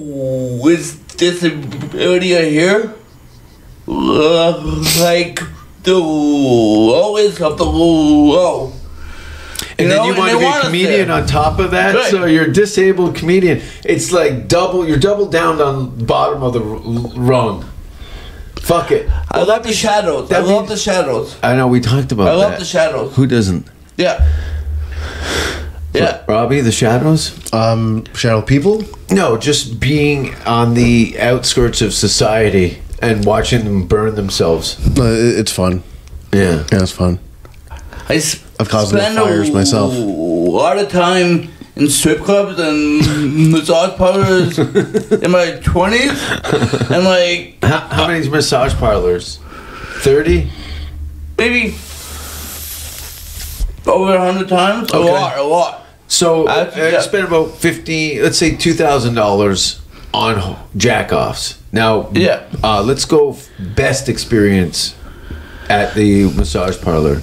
Speaker 7: with disability are here, uh, like the lowest of the oh. low.
Speaker 6: And
Speaker 7: You
Speaker 6: then
Speaker 7: know,
Speaker 6: you
Speaker 7: and
Speaker 6: want
Speaker 7: they
Speaker 6: to be a
Speaker 7: want us
Speaker 6: comedian
Speaker 7: there.
Speaker 6: on top of that,
Speaker 7: Right.
Speaker 6: so you're a disabled comedian. It's like double. You're double down on bottom of the r- rung. Fuck it.
Speaker 7: I love the shadows. I
Speaker 6: that
Speaker 7: love
Speaker 6: means-
Speaker 7: the shadows.
Speaker 6: I know we talked about.
Speaker 7: I love
Speaker 6: that.
Speaker 7: the shadows.
Speaker 6: Who doesn't?
Speaker 7: Yeah. Yeah.
Speaker 6: Robbie, the shadows.
Speaker 8: um, shadow people.
Speaker 6: No, just being on the outskirts of society and watching them burn themselves.
Speaker 8: Uh, it- it's fun.
Speaker 6: Yeah.
Speaker 8: Yeah, it's fun.
Speaker 7: I s-
Speaker 8: I've caused enough fires myself.
Speaker 7: A lot of time in in strip clubs and massage parlors in my 20s and like
Speaker 6: How, how many massage parlors? 30?
Speaker 7: maybe over 100 times. A
Speaker 6: Okay.
Speaker 7: lot, a lot.
Speaker 6: So uh,
Speaker 7: I-
Speaker 6: I,
Speaker 7: yeah.
Speaker 6: spent about 50, let's say $2,000 on jack offs. Now,
Speaker 7: Yeah.
Speaker 6: uh, let's go f- best experience at the massage parlor.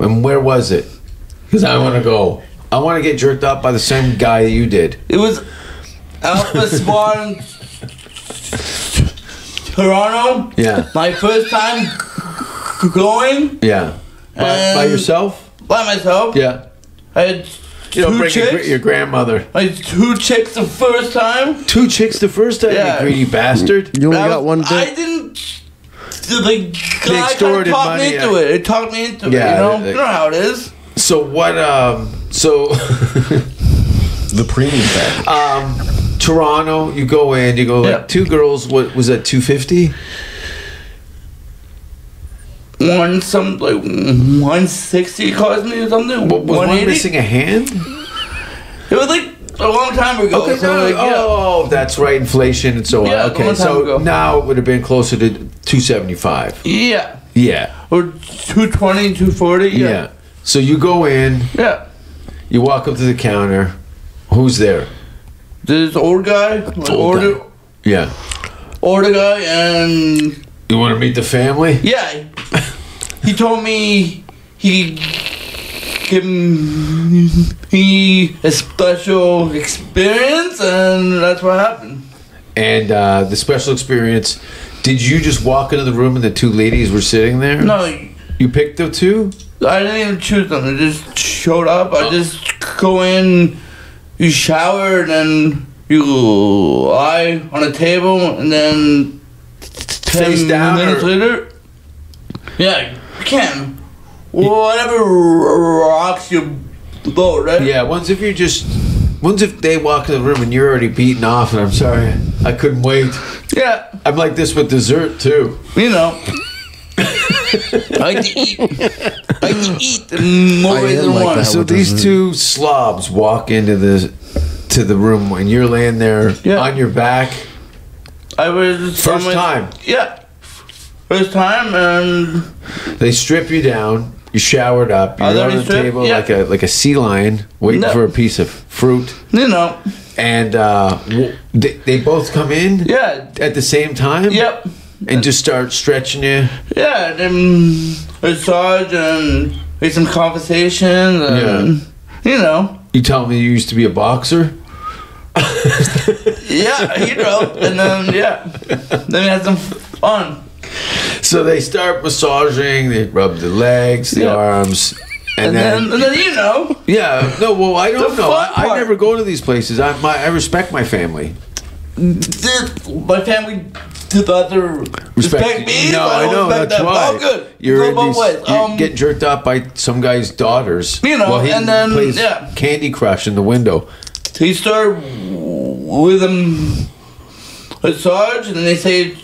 Speaker 6: And where was it? Because I want to go. I want to get jerked off by the same guy you did.
Speaker 7: It was Alpha Swan Toronto.
Speaker 6: Yeah.
Speaker 7: My first time g- going
Speaker 6: Yeah. By, by
Speaker 7: Um,
Speaker 6: yourself?
Speaker 7: by myself.
Speaker 6: Yeah.
Speaker 7: I had
Speaker 6: You know,
Speaker 7: two
Speaker 6: bring your, gr-
Speaker 7: chicks.
Speaker 6: your grandmother.
Speaker 7: I had two chicks the first time.
Speaker 6: Two chicks the first time,
Speaker 7: Yeah.
Speaker 6: you greedy bastard.
Speaker 8: You only
Speaker 7: I
Speaker 8: got
Speaker 7: was-
Speaker 8: one
Speaker 7: I
Speaker 8: dick.
Speaker 7: didn't. The guy kind
Speaker 6: extorted
Speaker 7: of talked
Speaker 6: money
Speaker 7: me into
Speaker 6: out-
Speaker 7: it. It talked me into
Speaker 6: Yeah,
Speaker 7: it. You know,
Speaker 6: it-
Speaker 7: you know how it is.
Speaker 6: So what? Um, so
Speaker 8: The premium pack.
Speaker 6: Toronto, you go in, you go like
Speaker 7: Yeah.
Speaker 6: two girls. What was that? Two fifty?
Speaker 7: One some like one sixty cost me or something.
Speaker 6: Was
Speaker 7: One
Speaker 6: one
Speaker 7: eighty.
Speaker 6: missing a hand?
Speaker 7: It was like a long time ago.
Speaker 6: Okay,
Speaker 7: so
Speaker 6: no,
Speaker 7: like, yeah.
Speaker 6: oh, that's right, inflation and so on.
Speaker 7: Yeah, a
Speaker 6: okay,
Speaker 7: long time
Speaker 6: so
Speaker 7: ago.
Speaker 6: now it would have been closer to two seventy five.
Speaker 7: Yeah.
Speaker 6: Yeah,
Speaker 7: Or 220, 240.
Speaker 6: yeah,
Speaker 7: Yeah.
Speaker 6: So you go in,
Speaker 7: Yeah.
Speaker 6: you walk up to the counter. Who's there?
Speaker 7: This old guy, like,
Speaker 6: Old
Speaker 7: older,
Speaker 6: guy. Yeah,
Speaker 7: older guy, and
Speaker 6: you want to meet the family?
Speaker 7: yeah, he told me he give me a special experience, and that's what happened.
Speaker 6: And uh, the special experience. Did you just walk into the room and the two ladies were sitting there?
Speaker 7: No,
Speaker 6: You picked the two?
Speaker 7: I didn't even choose them. They just showed up.
Speaker 6: Oh.
Speaker 7: I just go in, you shower, and then you lie on a table, and then ten
Speaker 6: Face down
Speaker 7: minutes
Speaker 6: or-
Speaker 7: later, yeah, you can. Whatever rocks your boat, right?
Speaker 6: Yeah, ones if you're just ones if they walk in the room and you're already beaten off, and I'm sorry, I couldn't wait.
Speaker 7: yeah,
Speaker 6: I'm like this with dessert too.
Speaker 7: you know. I like to eat. I like to eat in Oh, more
Speaker 8: I
Speaker 7: ways
Speaker 8: am
Speaker 7: than
Speaker 8: like
Speaker 7: one.
Speaker 8: that
Speaker 6: So
Speaker 8: with
Speaker 6: these
Speaker 8: dessert.
Speaker 6: two slobs walk into the to the room and you're laying there
Speaker 7: Yeah.
Speaker 6: on your back.
Speaker 7: I was
Speaker 6: First
Speaker 7: I'm a-
Speaker 6: time.
Speaker 7: Yeah, first time and.
Speaker 6: They strip you down. You showered up. You're
Speaker 7: Are they
Speaker 6: on the
Speaker 7: stripped?
Speaker 6: table
Speaker 7: Yeah.
Speaker 6: like a like a sea lion waiting
Speaker 7: No.
Speaker 6: for a piece of fruit.
Speaker 7: You know,
Speaker 6: And uh, w- they, they both come in
Speaker 7: yeah,
Speaker 6: at the same time.
Speaker 7: yep,
Speaker 6: And just start stretching you.
Speaker 7: yeah. Then massage and we some conversation. And, You know,
Speaker 6: You tell me you used to be a boxer.
Speaker 7: yeah, you know, and then yeah, then we had some fun.
Speaker 6: So they start massaging. They rub the legs, the
Speaker 7: Yeah.
Speaker 6: arms, and,
Speaker 7: And
Speaker 6: then,
Speaker 7: then, and then you know,
Speaker 6: yeah. No, well, I don't
Speaker 7: The
Speaker 6: know. I,
Speaker 7: fun
Speaker 6: I
Speaker 7: part.
Speaker 6: never go to these places. I my, I respect my family.
Speaker 7: this, my family did the other respect, me.
Speaker 6: No,
Speaker 7: so
Speaker 6: I,
Speaker 7: don't
Speaker 6: know
Speaker 7: respect
Speaker 6: that's
Speaker 7: them.
Speaker 6: why.
Speaker 7: All good.
Speaker 6: You're
Speaker 7: Go
Speaker 6: in
Speaker 7: both
Speaker 6: these,
Speaker 7: ways.
Speaker 6: you
Speaker 7: Um,
Speaker 6: get jerked off by some guy's daughters.
Speaker 7: You know,
Speaker 6: while he
Speaker 7: and then,
Speaker 6: plays
Speaker 7: yeah.
Speaker 6: Candy Crush in the window.
Speaker 7: he started with a massage, and then they say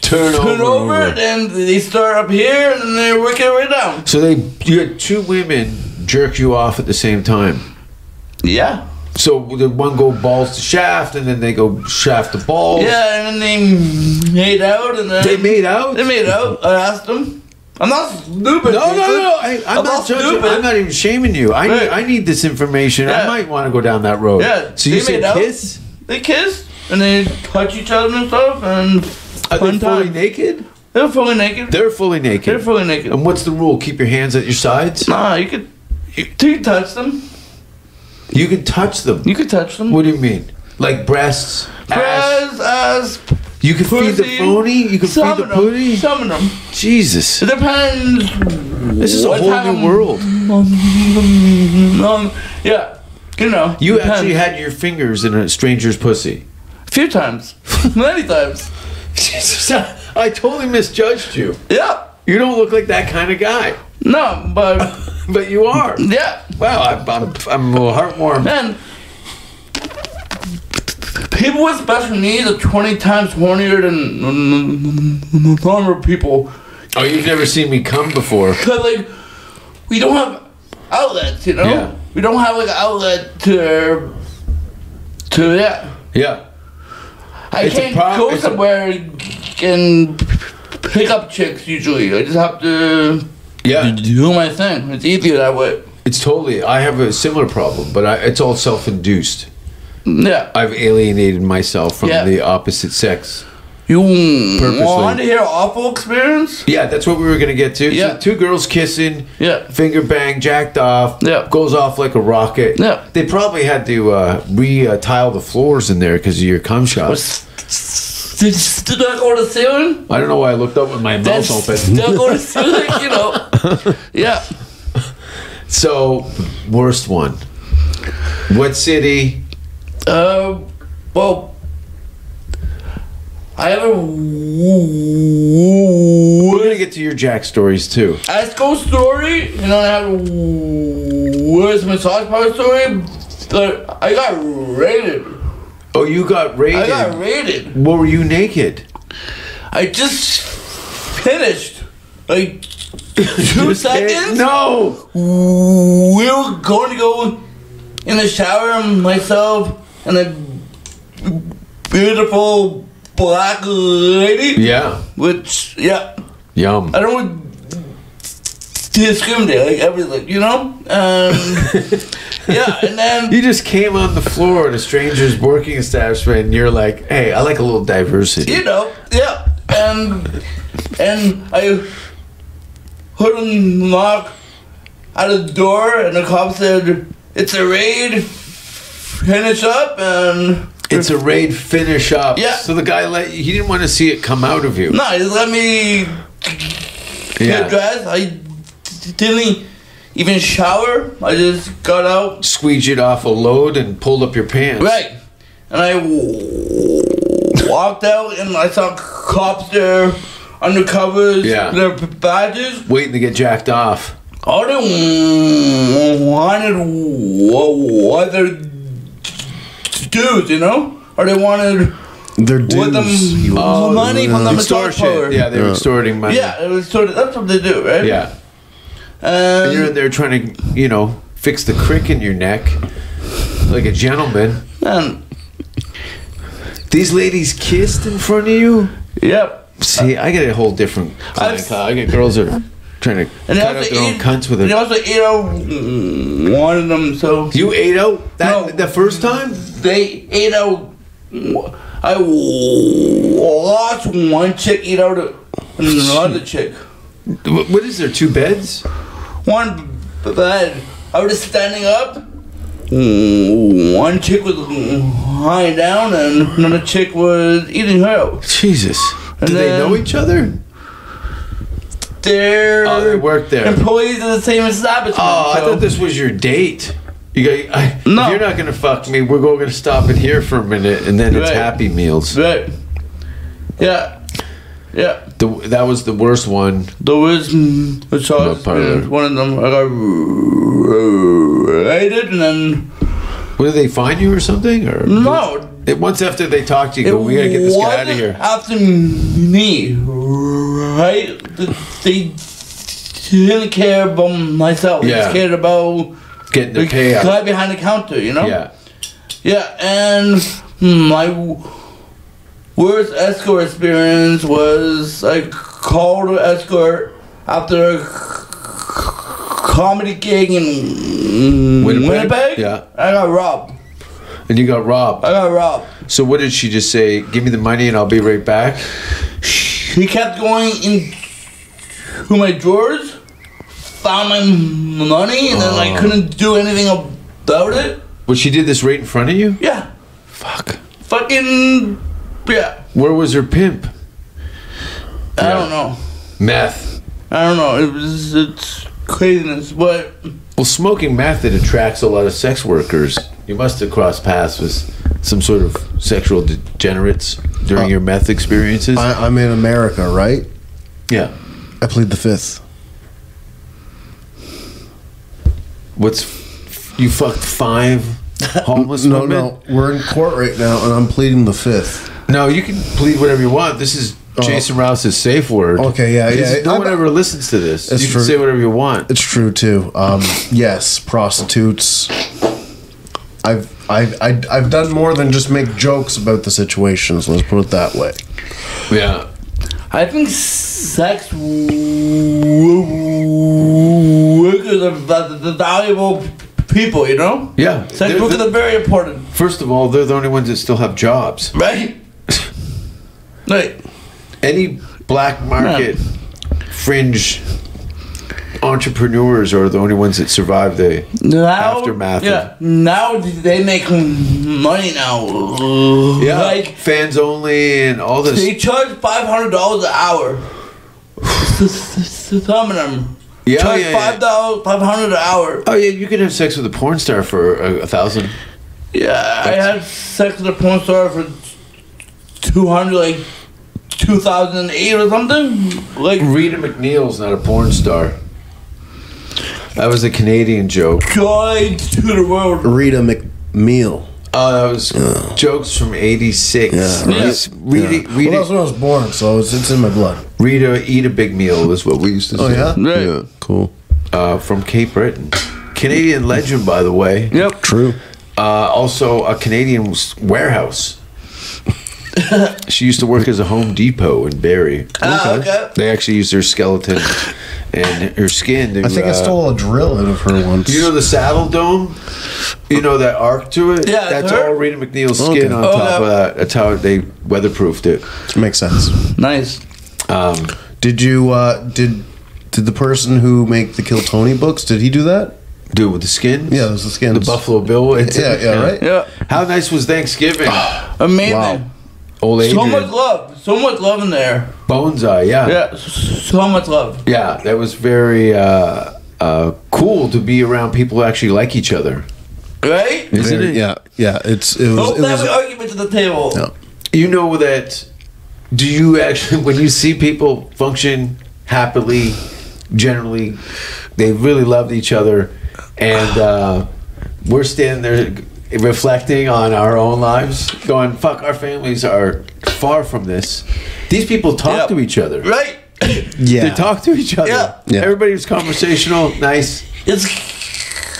Speaker 6: Turn,
Speaker 7: turn over, and then they start up here, and then they work it right down.
Speaker 6: So they you had two women jerk you off at the same time.
Speaker 7: Yeah.
Speaker 6: So the one go balls to shaft, and then they go shaft to balls.
Speaker 7: Yeah, and then they made out, and then
Speaker 6: They made out.
Speaker 7: They made out. I asked them. I'm not stupid.
Speaker 6: No, no,
Speaker 7: Jason.
Speaker 6: no! I, I'm, not
Speaker 7: I'm not
Speaker 6: judging.
Speaker 7: stupid.
Speaker 6: I'm not even shaming you. I need,
Speaker 7: Right.
Speaker 6: I need this information. I
Speaker 7: Yeah.
Speaker 6: might want to go down that road.
Speaker 7: Yeah,
Speaker 6: So you
Speaker 7: they made
Speaker 6: said
Speaker 7: out.
Speaker 6: kiss?
Speaker 7: They kissed and they touch each other and stuff, and
Speaker 6: Are
Speaker 7: fun
Speaker 6: they fully
Speaker 7: time.
Speaker 6: naked?
Speaker 7: They're fully naked. They're,
Speaker 6: They're fully naked.
Speaker 7: fully naked.
Speaker 6: And what's the rule? Keep your hands at your sides.
Speaker 7: Nah, you could. You, you could touch them.
Speaker 6: You can touch them.
Speaker 7: You could touch them.
Speaker 6: What do you mean? Like breasts, ass.
Speaker 7: Breasts, ass,
Speaker 6: You can feed the
Speaker 7: pussy.
Speaker 6: phony. You can
Speaker 7: some
Speaker 6: feed
Speaker 7: of
Speaker 6: the
Speaker 7: them.
Speaker 6: pooty.
Speaker 7: Some of them.
Speaker 6: Jesus,
Speaker 7: It depends.
Speaker 6: this is a
Speaker 7: What
Speaker 6: whole
Speaker 7: time-
Speaker 6: new world.
Speaker 7: Um, yeah, you know.
Speaker 6: You
Speaker 7: depends.
Speaker 6: actually had your fingers in a stranger's pussy.
Speaker 7: a few times, many times.
Speaker 6: Jesus, I, I totally misjudged you.
Speaker 7: Yeah.
Speaker 6: You don't look like that kind of guy,
Speaker 7: No, but
Speaker 6: but you are.
Speaker 7: yeah.
Speaker 6: Wow, I'm, I'm, I'm a little heartwarmed.
Speaker 7: Man, people with special needs are 20 times hornier than normal people.
Speaker 6: Oh, you've never seen me come before.
Speaker 7: Because, like, we don't have outlets, you know?
Speaker 6: Yeah.
Speaker 7: we don't have like an outlet to to it.
Speaker 6: Yeah.
Speaker 7: I
Speaker 6: It's a
Speaker 7: can't
Speaker 6: pro-
Speaker 7: go
Speaker 6: it's a-
Speaker 7: somewhere and pick up chicks usually. I just have to
Speaker 6: Yeah.
Speaker 7: do my thing. It's easier that way.
Speaker 6: It's totally. I have a similar problem, but I, it's all self-induced.
Speaker 7: Yeah.
Speaker 6: I've alienated myself from
Speaker 7: Yeah.
Speaker 6: the opposite sex.
Speaker 7: You
Speaker 6: Purposely.
Speaker 7: want to hear an awful experience?
Speaker 6: Yeah, that's what we were gonna get to. So
Speaker 7: Yeah.
Speaker 6: two girls kissing.
Speaker 7: Yeah.
Speaker 6: Finger bang, jacked off.
Speaker 7: Yeah.
Speaker 6: Goes off like a rocket.
Speaker 7: Yeah.
Speaker 6: They probably had to uh, re-tile the floors in there because of your cum shot.
Speaker 7: Did did I go to ceiling?
Speaker 6: I don't know why I looked up with my mouth open.
Speaker 7: Did I go to ceiling? You know. Yeah.
Speaker 6: So, worst one. What city?
Speaker 7: Um. Well, I have a
Speaker 6: We're gonna get to your Jack stories too.
Speaker 7: Ice Cold story, you know, I have worst massage parlor story, but I got raided.
Speaker 6: Oh, you got raided.
Speaker 7: I got raided.
Speaker 6: What were you naked?
Speaker 7: I just finished. Like two seconds.
Speaker 6: No.
Speaker 7: We were going to go in the shower, myself and a beautiful black lady.
Speaker 6: Yeah.
Speaker 7: Which, yeah,
Speaker 6: Yum.
Speaker 7: I don't want to discriminate, like everything, you know? Um, yeah, and then.
Speaker 6: You just came on the floor at a stranger's working establishment, and you're like, "Hey, I like a little diversity."
Speaker 7: you know, yeah. And and I heard a knock at the door, and the cop said, "It's a raid. Finish up." And
Speaker 6: It's a raid finish up.
Speaker 7: Yeah.
Speaker 6: So the guy let he didn't want to see it come out of you.
Speaker 7: no, he just let me get
Speaker 6: Yeah.
Speaker 7: dressed. I didn't even shower. I just got out.
Speaker 6: Squeegee it off a load and pulled up your pants.
Speaker 7: Right. And I w- walked out, and I saw cops there. Undercovers,
Speaker 6: Yeah.
Speaker 7: their badges.
Speaker 6: Waiting to get jacked off.
Speaker 7: All they w- wanted w- other dudes, you know? Or they wanted
Speaker 8: They're
Speaker 7: with them uh,
Speaker 8: dudes.
Speaker 7: money from the massage parlor.
Speaker 6: Oh, Extortion. Yeah, they were extorting money.
Speaker 7: Yeah, it was sort of, that's what they do, right?
Speaker 6: Yeah.
Speaker 7: Um,
Speaker 6: You're in there trying to, you know, fix the crick in your neck like a gentleman.
Speaker 7: and,
Speaker 6: These ladies kissed in front of you?
Speaker 7: yep.
Speaker 6: See, I get a whole different clientele. I get girls that are trying to
Speaker 7: And they
Speaker 6: cut out
Speaker 7: also
Speaker 6: their own
Speaker 7: eat-
Speaker 6: cunts with
Speaker 7: and
Speaker 6: it.
Speaker 7: They also, you know, wanted them, so
Speaker 6: You ate out that
Speaker 7: No.
Speaker 6: the first time?
Speaker 7: they ate out. I lost one chick, ate out another chick.
Speaker 6: Wh- What is there? Two beds?
Speaker 7: one b- bed. I was just standing up. One chick was lying down, and another chick was eating her. out.
Speaker 6: Jesus. Do
Speaker 7: And
Speaker 6: they
Speaker 7: then-
Speaker 6: know each other?
Speaker 7: They're
Speaker 6: Oh, they work there.
Speaker 7: employees of the same establishment.
Speaker 6: Oh, I
Speaker 7: so-
Speaker 6: thought this was your date. You got, I, if
Speaker 7: No.
Speaker 6: You're not gonna fuck me. We're going to stop it here for a minute, and then it's
Speaker 7: Right.
Speaker 6: happy meals.
Speaker 7: Right. Yeah. Yeah.
Speaker 6: The, that was the worst one.
Speaker 7: There was mm, a
Speaker 6: No
Speaker 7: charge.
Speaker 6: parlor.
Speaker 7: and One of them I got raided, and then
Speaker 6: What did they find you or something? Or
Speaker 7: no.
Speaker 6: It, once after they talked to you, you go, we gotta get this guy out of
Speaker 7: wasn't
Speaker 6: here.
Speaker 7: After me, right? They didn't care about myself. They
Speaker 6: Yeah.
Speaker 7: just cared about
Speaker 6: Getting the
Speaker 7: the
Speaker 6: payout.
Speaker 7: guy behind the counter, you know?
Speaker 6: Yeah.
Speaker 7: Yeah, and my w- worst escort experience was I called an escort after a c- comedy gig in
Speaker 6: Winnipeg?
Speaker 7: Winnipeg.
Speaker 6: Yeah.
Speaker 7: I got robbed.
Speaker 6: And you got robbed.
Speaker 7: I got robbed.
Speaker 6: So what did she just say? Give me the money and I'll be right back.
Speaker 7: He kept going into my drawers, found my money, and then
Speaker 6: Oh.
Speaker 7: I couldn't do anything about it.
Speaker 6: Well, she did this right in front of you.
Speaker 7: Yeah.
Speaker 6: Fuck.
Speaker 7: Fucking. Yeah.
Speaker 6: Where was her pimp?
Speaker 7: I don't know.
Speaker 6: Meth.
Speaker 7: I don't know. It was. It's craziness. But.
Speaker 6: Well, smoking meth it attracts a lot of sex workers. You must have crossed paths with some sort of sexual degenerates during your meth experiences.
Speaker 8: Uh, I, I'm in America, right?
Speaker 6: yeah.
Speaker 8: I plead the fifth.
Speaker 6: What's f- you fucked five homeless
Speaker 8: No,
Speaker 6: women?
Speaker 8: no, we're in court right now, and I'm pleading the fifth.
Speaker 6: No, you can plead whatever you want. This is Jason Rouse's safe word.
Speaker 8: Uh, Okay, yeah,
Speaker 6: Because
Speaker 8: yeah.
Speaker 6: No
Speaker 8: I-
Speaker 6: one ever listens to this. You
Speaker 8: It's
Speaker 6: can
Speaker 8: true.
Speaker 6: say whatever you want.
Speaker 8: It's true too. Um, yes, prostitutes. I've I've I, I've done more than just make jokes about the situations. Let's put it that way.
Speaker 6: Yeah.
Speaker 7: I think sex workers are v- v- valuable people, you know?
Speaker 6: Yeah.
Speaker 7: Sex
Speaker 6: They're-
Speaker 7: workers are very important,
Speaker 6: First of all, they're the only ones that still have jobs.
Speaker 7: right? Right.
Speaker 6: Any black market fringe entrepreneurs are the only ones that survive the
Speaker 7: Now,
Speaker 6: Aftermath
Speaker 7: Yeah.
Speaker 6: of-
Speaker 7: Now they make money now.
Speaker 6: yeah,
Speaker 7: Like
Speaker 6: fans only and all this.
Speaker 7: they charge five hundred dollars an hour. S- s- s- Some of them
Speaker 6: yeah,
Speaker 7: charge
Speaker 6: yeah, yeah.
Speaker 7: five dollars, five hundred an hour.
Speaker 6: Oh yeah, you can have sex with a porn star for a, a thousand.
Speaker 7: Yeah, I had sex with a porn star for two hundred, like two thousand and eight or something. Like
Speaker 6: Rita McNeil's not a porn star. That was a Canadian joke.
Speaker 7: joy to the world.
Speaker 8: Rita McMeal.
Speaker 6: Oh, that was jokes from '86.
Speaker 8: Yeah,
Speaker 7: right.
Speaker 6: Rita,
Speaker 8: Yeah.
Speaker 6: Rita,
Speaker 8: well, that's when I was born, so it's, it's in my blood.
Speaker 6: Rita, eat a big meal is what we used to
Speaker 8: Oh
Speaker 6: say.
Speaker 8: yeah,
Speaker 7: Right.
Speaker 8: Yeah, cool.
Speaker 6: Uh, from Cape Breton, Canadian legend, by the way.
Speaker 7: Yep.
Speaker 8: True.
Speaker 6: Uh, also, a Canadian s- warehouse. she used to work as a Home Depot in Barrie.
Speaker 7: Ah, okay.
Speaker 6: They actually used her skeleton and her skin. To,
Speaker 8: I think I
Speaker 6: uh,
Speaker 8: stole a drill out of her once.
Speaker 6: You know the saddle dome? You know that arc to it?
Speaker 7: Yeah,
Speaker 6: That's
Speaker 7: her-
Speaker 6: all Rita McNeil's skin
Speaker 8: Okay.
Speaker 6: on
Speaker 7: Oh,
Speaker 6: top
Speaker 7: yeah.
Speaker 6: of that. That's how they weatherproofed it.
Speaker 8: Makes sense.
Speaker 7: Nice.
Speaker 6: Um,
Speaker 8: Did you uh, did did the person who make the Kill Tony books? Did he do that?
Speaker 6: dude, with the skin?
Speaker 8: Yeah, it was the skins.
Speaker 6: The Buffalo Bill. It's-
Speaker 8: Yeah, yeah, right.
Speaker 7: Yeah.
Speaker 6: How nice was Thanksgiving?
Speaker 7: Amazing.
Speaker 8: Wow.
Speaker 6: Old
Speaker 7: So
Speaker 6: Adrian.
Speaker 7: much love. So much love in there.
Speaker 6: Boneseye, yeah.
Speaker 7: Yeah. s- So much love.
Speaker 6: Yeah, that was very uh, uh, cool to be around people who actually like each other.
Speaker 7: Right?
Speaker 6: Isn't
Speaker 8: Very-
Speaker 6: it? Oh,
Speaker 8: Yeah, yeah. It's it was.
Speaker 7: Don't
Speaker 8: It
Speaker 7: have
Speaker 8: was
Speaker 7: an argument to the table.
Speaker 8: Yeah.
Speaker 6: You know that. Do you actually, when you see people function happily, generally, they really loved each other, and uh, we're standing there reflecting on our own lives, going, "Fuck, our families are far from this." These people talk
Speaker 7: Yep.
Speaker 6: to each other.
Speaker 7: Right?
Speaker 8: yeah.
Speaker 6: They talk to each other.
Speaker 7: Yeah.
Speaker 8: Yeah.
Speaker 6: Everybody was conversational, nice.
Speaker 7: It's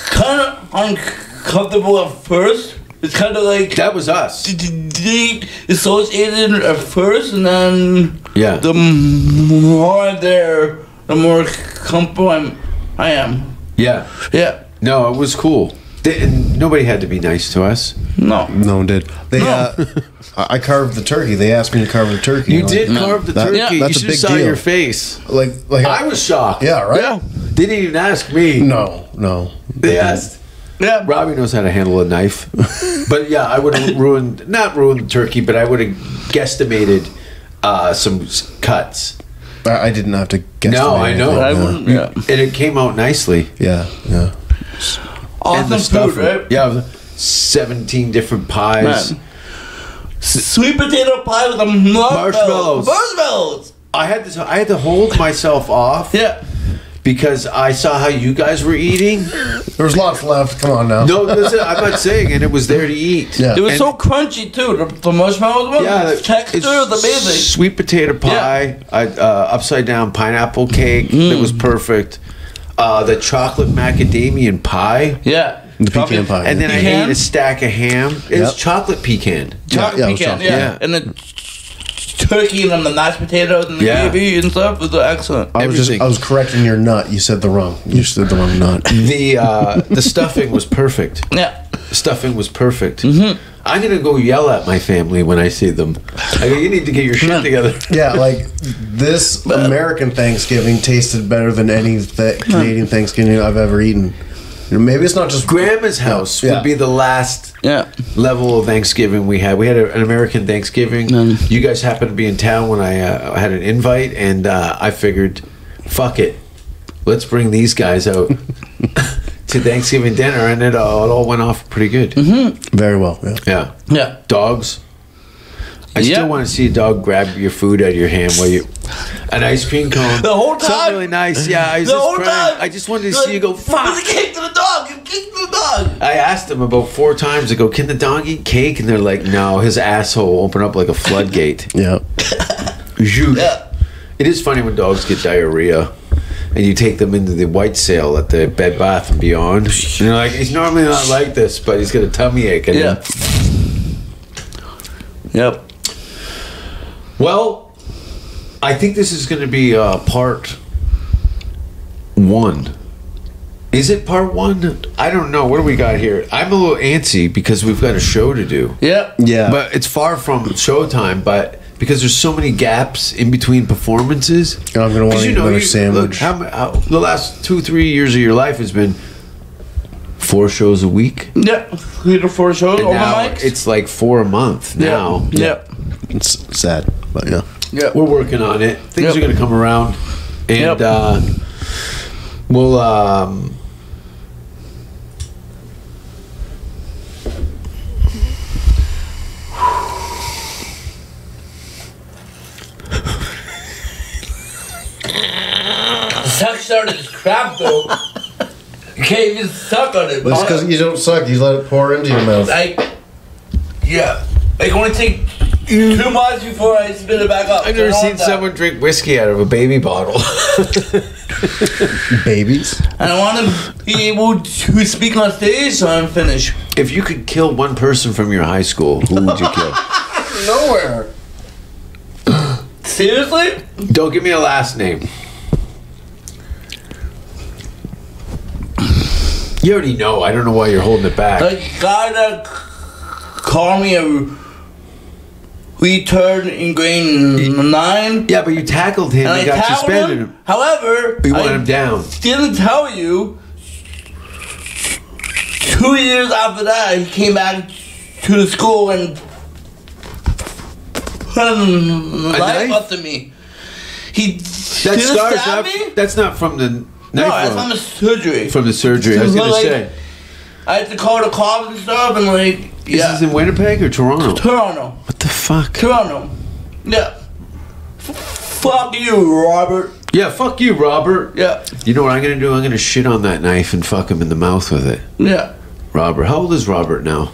Speaker 7: kind of uncomfortable at first. It's kind of like
Speaker 6: That was us.
Speaker 7: d- d- d- dissociated at first, and then
Speaker 6: Yeah.
Speaker 7: the m- more I'm there, the more comfortable I'm, I am.
Speaker 6: Yeah.
Speaker 7: Yeah.
Speaker 6: No, it was cool. They, and nobody had to be nice to us.
Speaker 7: No.
Speaker 8: No one did. They, uh, I I carved the turkey. They asked me to carve the turkey.
Speaker 6: You
Speaker 8: and
Speaker 6: did
Speaker 8: Like,
Speaker 6: carve the
Speaker 8: That-
Speaker 6: turkey.
Speaker 8: yeah,
Speaker 6: you
Speaker 8: that's a
Speaker 6: should have
Speaker 8: big
Speaker 6: saw
Speaker 8: deal.
Speaker 6: your face.
Speaker 8: like, like
Speaker 6: I was shocked.
Speaker 8: Yeah, right.
Speaker 7: Yeah.
Speaker 6: They didn't even ask me.
Speaker 8: No, no.
Speaker 6: They asked.
Speaker 7: Yeah.
Speaker 6: Robbie knows how to handle a knife. but yeah, I would have ruined, not ruined the turkey, but I would have guesstimated uh, some s- cuts.
Speaker 8: I, I didn't have to guess.
Speaker 6: No, I know.
Speaker 7: I
Speaker 8: anything, no.
Speaker 7: wouldn't. Yeah.
Speaker 6: And it came out nicely.
Speaker 8: Yeah, yeah.
Speaker 7: Awesome
Speaker 6: and the stuff.
Speaker 7: food, right?
Speaker 6: Yeah, it was 17 different pies.
Speaker 7: Man. Sweet potato pie with a marshmallows.
Speaker 6: Marshmallows.
Speaker 7: Marshmallows.
Speaker 6: I had to I had to hold myself off
Speaker 7: Yeah.
Speaker 6: because I saw how you guys were eating.
Speaker 8: There was lots left. Come on now.
Speaker 6: No, listen, I'm not saying, and it was there to eat.
Speaker 8: Yeah.
Speaker 7: It was
Speaker 6: And-
Speaker 7: so crunchy too. The, the marshmallows one,
Speaker 6: Yeah,
Speaker 7: the texture
Speaker 6: it's
Speaker 7: is amazing.
Speaker 6: Sweet potato pie, I, uh, upside down pineapple cake
Speaker 7: Mm.
Speaker 6: that was perfect. Uh, the chocolate macadamia pie,
Speaker 7: Yeah,
Speaker 8: The pecan pie.
Speaker 6: and then I
Speaker 7: Pecan?
Speaker 6: ate a stack of ham. It was
Speaker 8: Yep.
Speaker 6: chocolate pecan.
Speaker 7: chocolate
Speaker 8: yeah, it was
Speaker 7: pecan,
Speaker 8: chocolate,
Speaker 7: yeah.
Speaker 6: yeah.
Speaker 7: and the turkey and then the mashed potatoes and the
Speaker 6: Yeah.
Speaker 7: gravy and stuff was excellent.
Speaker 8: I was just
Speaker 6: everything.
Speaker 8: I was correcting your nut. You said the wrong. You said the wrong nut.
Speaker 6: The uh, the stuffing was perfect.
Speaker 7: yeah,
Speaker 6: Stuffing was perfect.
Speaker 7: Mm-hmm.
Speaker 6: I'm gonna go yell at my family when I see them. I go, you need to get your shit together.
Speaker 8: Yeah, like this American Thanksgiving tasted better than any th- Canadian Thanksgiving I've ever eaten. You know, Maybe it's not just
Speaker 6: Grandma's house
Speaker 8: Yeah.
Speaker 6: would be the last
Speaker 7: yeah,
Speaker 6: level of Thanksgiving we had. We had a, an American Thanksgiving.
Speaker 7: Mm.
Speaker 6: You guys happened to be in town when I uh, had an invite, and uh, I figured, fuck it, let's bring these guys out to Thanksgiving dinner, and it all, it all went off pretty good.
Speaker 7: Mm-hmm.
Speaker 8: very well. Yeah.
Speaker 6: Yeah,
Speaker 7: yeah.
Speaker 6: dogs. I
Speaker 7: Yeah.
Speaker 6: still want to see a dog grab your food out of your hand while you an ice cream cone.
Speaker 7: The whole
Speaker 6: Something
Speaker 7: time?
Speaker 6: really nice. Yeah, I was
Speaker 7: The
Speaker 6: just
Speaker 7: whole
Speaker 6: crying.
Speaker 7: time,
Speaker 6: I just wanted to
Speaker 7: like,
Speaker 6: see you go.
Speaker 7: Put
Speaker 6: Fuck.
Speaker 7: the cake to the dog. Give cake to the dog.
Speaker 6: I asked them about four times to go, can the dog eat cake? And they're like, no, his asshole will open up like a floodgate.
Speaker 8: Yeah.
Speaker 6: Zhoosh.
Speaker 7: Yeah.
Speaker 6: It is funny when dogs get diarrhea and you take them into the white sale at the Bed Bath and Beyond. And you're like, he's normally not like this, but he's got a tummy ache. And
Speaker 7: Yeah. Yep.
Speaker 6: Well, I think this is going to be uh, part one. Is it part one? I don't know. What do we got here? I'm a little antsy because we've got a show to do.
Speaker 7: Yep.
Speaker 8: Yeah.
Speaker 6: But it's far from showtime, but because there's so many gaps in between performances.
Speaker 8: I'm gonna wanna
Speaker 6: 'Cause
Speaker 8: eat another
Speaker 6: you- Look,
Speaker 8: sandwich.
Speaker 6: how, mu- how, the last two, three years of your life has been four shows a week.
Speaker 7: Yep. Three to four shows
Speaker 6: And
Speaker 7: over
Speaker 6: now
Speaker 7: Oh, mics.
Speaker 6: it's like four a month
Speaker 7: Yep.
Speaker 6: now.
Speaker 7: Yep.
Speaker 8: it's sad, but yeah.
Speaker 7: Yep.
Speaker 6: We're working on it. Things
Speaker 7: Yep.
Speaker 6: are going to come around, and
Speaker 7: Yep.
Speaker 6: uh, we'll. Um,
Speaker 7: Suck started is crap though. you can't even suck on it.
Speaker 8: But it's
Speaker 7: bro.
Speaker 8: because you don't suck. You let it pour into your mouth.
Speaker 7: Like, yeah. Like, only take two months before I spit it back up.
Speaker 6: I've never
Speaker 7: Don't
Speaker 6: seen
Speaker 7: want that.
Speaker 6: someone drink whiskey out of a baby bottle.
Speaker 8: Babies.
Speaker 7: And I want to be able to speak on stage so I'm finished.
Speaker 6: if you could kill one person from your high school, who would you kill?
Speaker 7: Nowhere. Seriously?
Speaker 6: Don't give me a last name. You already know. I don't know why you're holding it back.
Speaker 7: The guy that c- called uh, me a retard in grade nine.
Speaker 6: yeah, but you tackled him
Speaker 7: And
Speaker 6: and,
Speaker 7: I
Speaker 6: got
Speaker 7: tackled
Speaker 6: suspended.
Speaker 7: him. However,
Speaker 6: You want
Speaker 7: I
Speaker 6: him down.
Speaker 7: didn't tell you. Two years after that, he came back to the school and put a knife
Speaker 6: knife?
Speaker 7: up to me. He
Speaker 6: That
Speaker 7: didn't
Speaker 6: scar's
Speaker 7: stab
Speaker 6: not,
Speaker 7: me.
Speaker 6: That's not from the
Speaker 7: no,
Speaker 6: knife
Speaker 7: it's
Speaker 6: wound.
Speaker 7: from the surgery.
Speaker 6: from the surgery. I was gonna
Speaker 7: Like-
Speaker 6: say.
Speaker 7: I had to call the cops and stuff, and like, yeah,
Speaker 6: This is in Winnipeg or Toronto?
Speaker 7: Toronto,
Speaker 6: What the fuck?
Speaker 7: Toronto, yeah. F- fuck you, Robert.
Speaker 6: Yeah, fuck you, Robert.
Speaker 7: Yeah,
Speaker 6: You know what I'm gonna do? I'm gonna shit on that knife and fuck him in the mouth with it.
Speaker 7: yeah.
Speaker 6: Robert. How old is Robert now?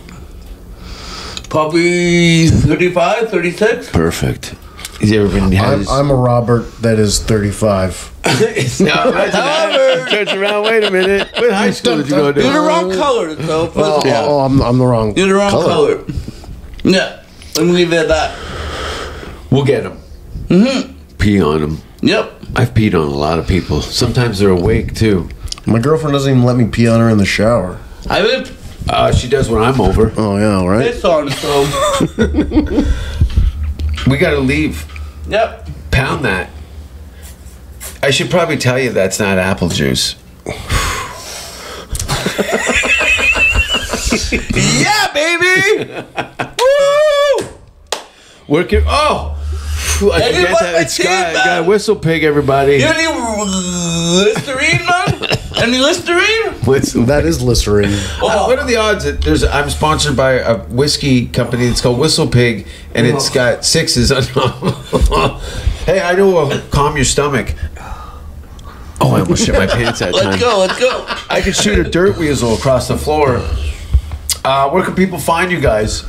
Speaker 7: Probably 35, 36.
Speaker 6: Perfect. He's ever been had
Speaker 8: I'm,
Speaker 6: his-
Speaker 8: I'm a Robert that is 35.
Speaker 6: now imagine that. Turns around, wait a minute. What high school did you go
Speaker 7: You're the
Speaker 6: to?
Speaker 7: wrong color, though. first of
Speaker 8: Oh,
Speaker 7: all.
Speaker 8: oh, I'm, I'm the wrong.
Speaker 7: You're the wrong color. Yeah. Let me leave it at that.
Speaker 6: We'll get him. Mm-hmm. Pee on him.
Speaker 7: Yep.
Speaker 6: I've peed on a lot of people. Sometimes they're awake too.
Speaker 8: My girlfriend doesn't even let me pee on her in the shower.
Speaker 7: I've been
Speaker 6: Uh, she does when I'm over.
Speaker 8: Oh yeah, all right.
Speaker 7: pissed on, so.
Speaker 6: We gotta leave.
Speaker 7: yep.
Speaker 6: Pound that. I should probably tell you that's not apple juice. yeah, baby. Woo! Work it. Oh, I
Speaker 7: Hey,
Speaker 6: forget
Speaker 7: what
Speaker 6: that.
Speaker 7: the
Speaker 6: It's got,
Speaker 7: team, man?
Speaker 6: got whistle pig, everybody.
Speaker 7: You any Listerine, man? Any Listerine?
Speaker 6: Whistle
Speaker 8: That is listerine.
Speaker 6: Uh, what are the odds that there's? I'm sponsored by a whiskey company that's called Whistle Pig, and it's got sixes on. hey, I know will calm your stomach. Oh, I almost shit my pants that
Speaker 7: Let's
Speaker 6: time.
Speaker 7: go, let's go.
Speaker 6: I could shoot a dirt weasel across the floor. Uh, where can people find you guys?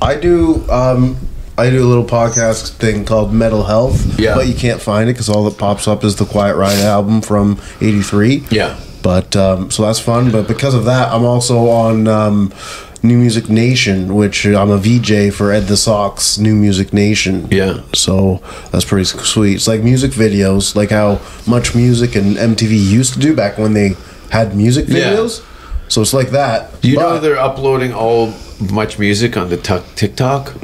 Speaker 8: I do. Um, I do a little podcast thing called Metal Health.
Speaker 6: Yeah.
Speaker 8: But you can't find it because all that pops up is the Quiet Riot album from '83.
Speaker 6: Yeah.
Speaker 8: But um, so that's fun. But because of that, I'm also on um, New Music Nation, which I'm a VJ for Ed the Sock's New Music Nation.
Speaker 6: Yeah.
Speaker 8: So that's pretty sweet. It's like music videos, like how much music and MTV used to do back when they had music
Speaker 6: Yeah.
Speaker 8: videos. So it's like that.
Speaker 6: Do you know
Speaker 8: But-
Speaker 6: they're uploading all much music on the tuck TikTok?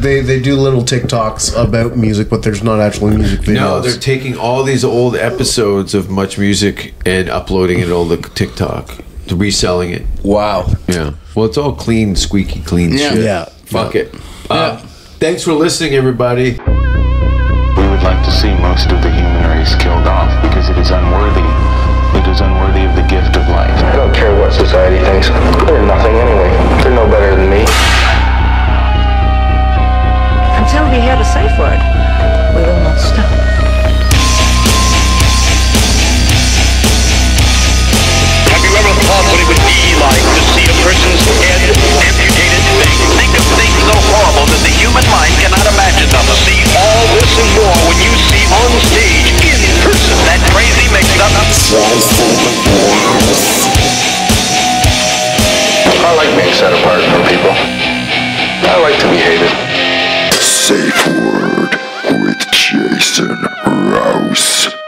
Speaker 8: They they do little TikToks about music, but there's not actually music videos.
Speaker 6: No, they're taking all these old episodes of Much Music and uploading it all to TikTok, reselling it.
Speaker 7: Wow.
Speaker 6: Yeah. Well, it's all clean, squeaky clean
Speaker 7: Yeah.
Speaker 6: shit.
Speaker 8: Yeah.
Speaker 6: Fuck it. Uh, Thanks for listening, everybody.
Speaker 1: We would like to see most of the human race killed off because it is unworthy. It is unworthy of the gift of life.
Speaker 2: I don't care what society thinks. They're nothing anyway. They're no better than me.
Speaker 3: Until we hear the safe word, we will not stop.
Speaker 4: Have you ever thought what it would be like to see a person's head amputated? Think, think of things so horrible that the human mind cannot imagine
Speaker 2: I like being set apart from people. I like to be hated.
Speaker 5: Safe Word with Jason Rouse.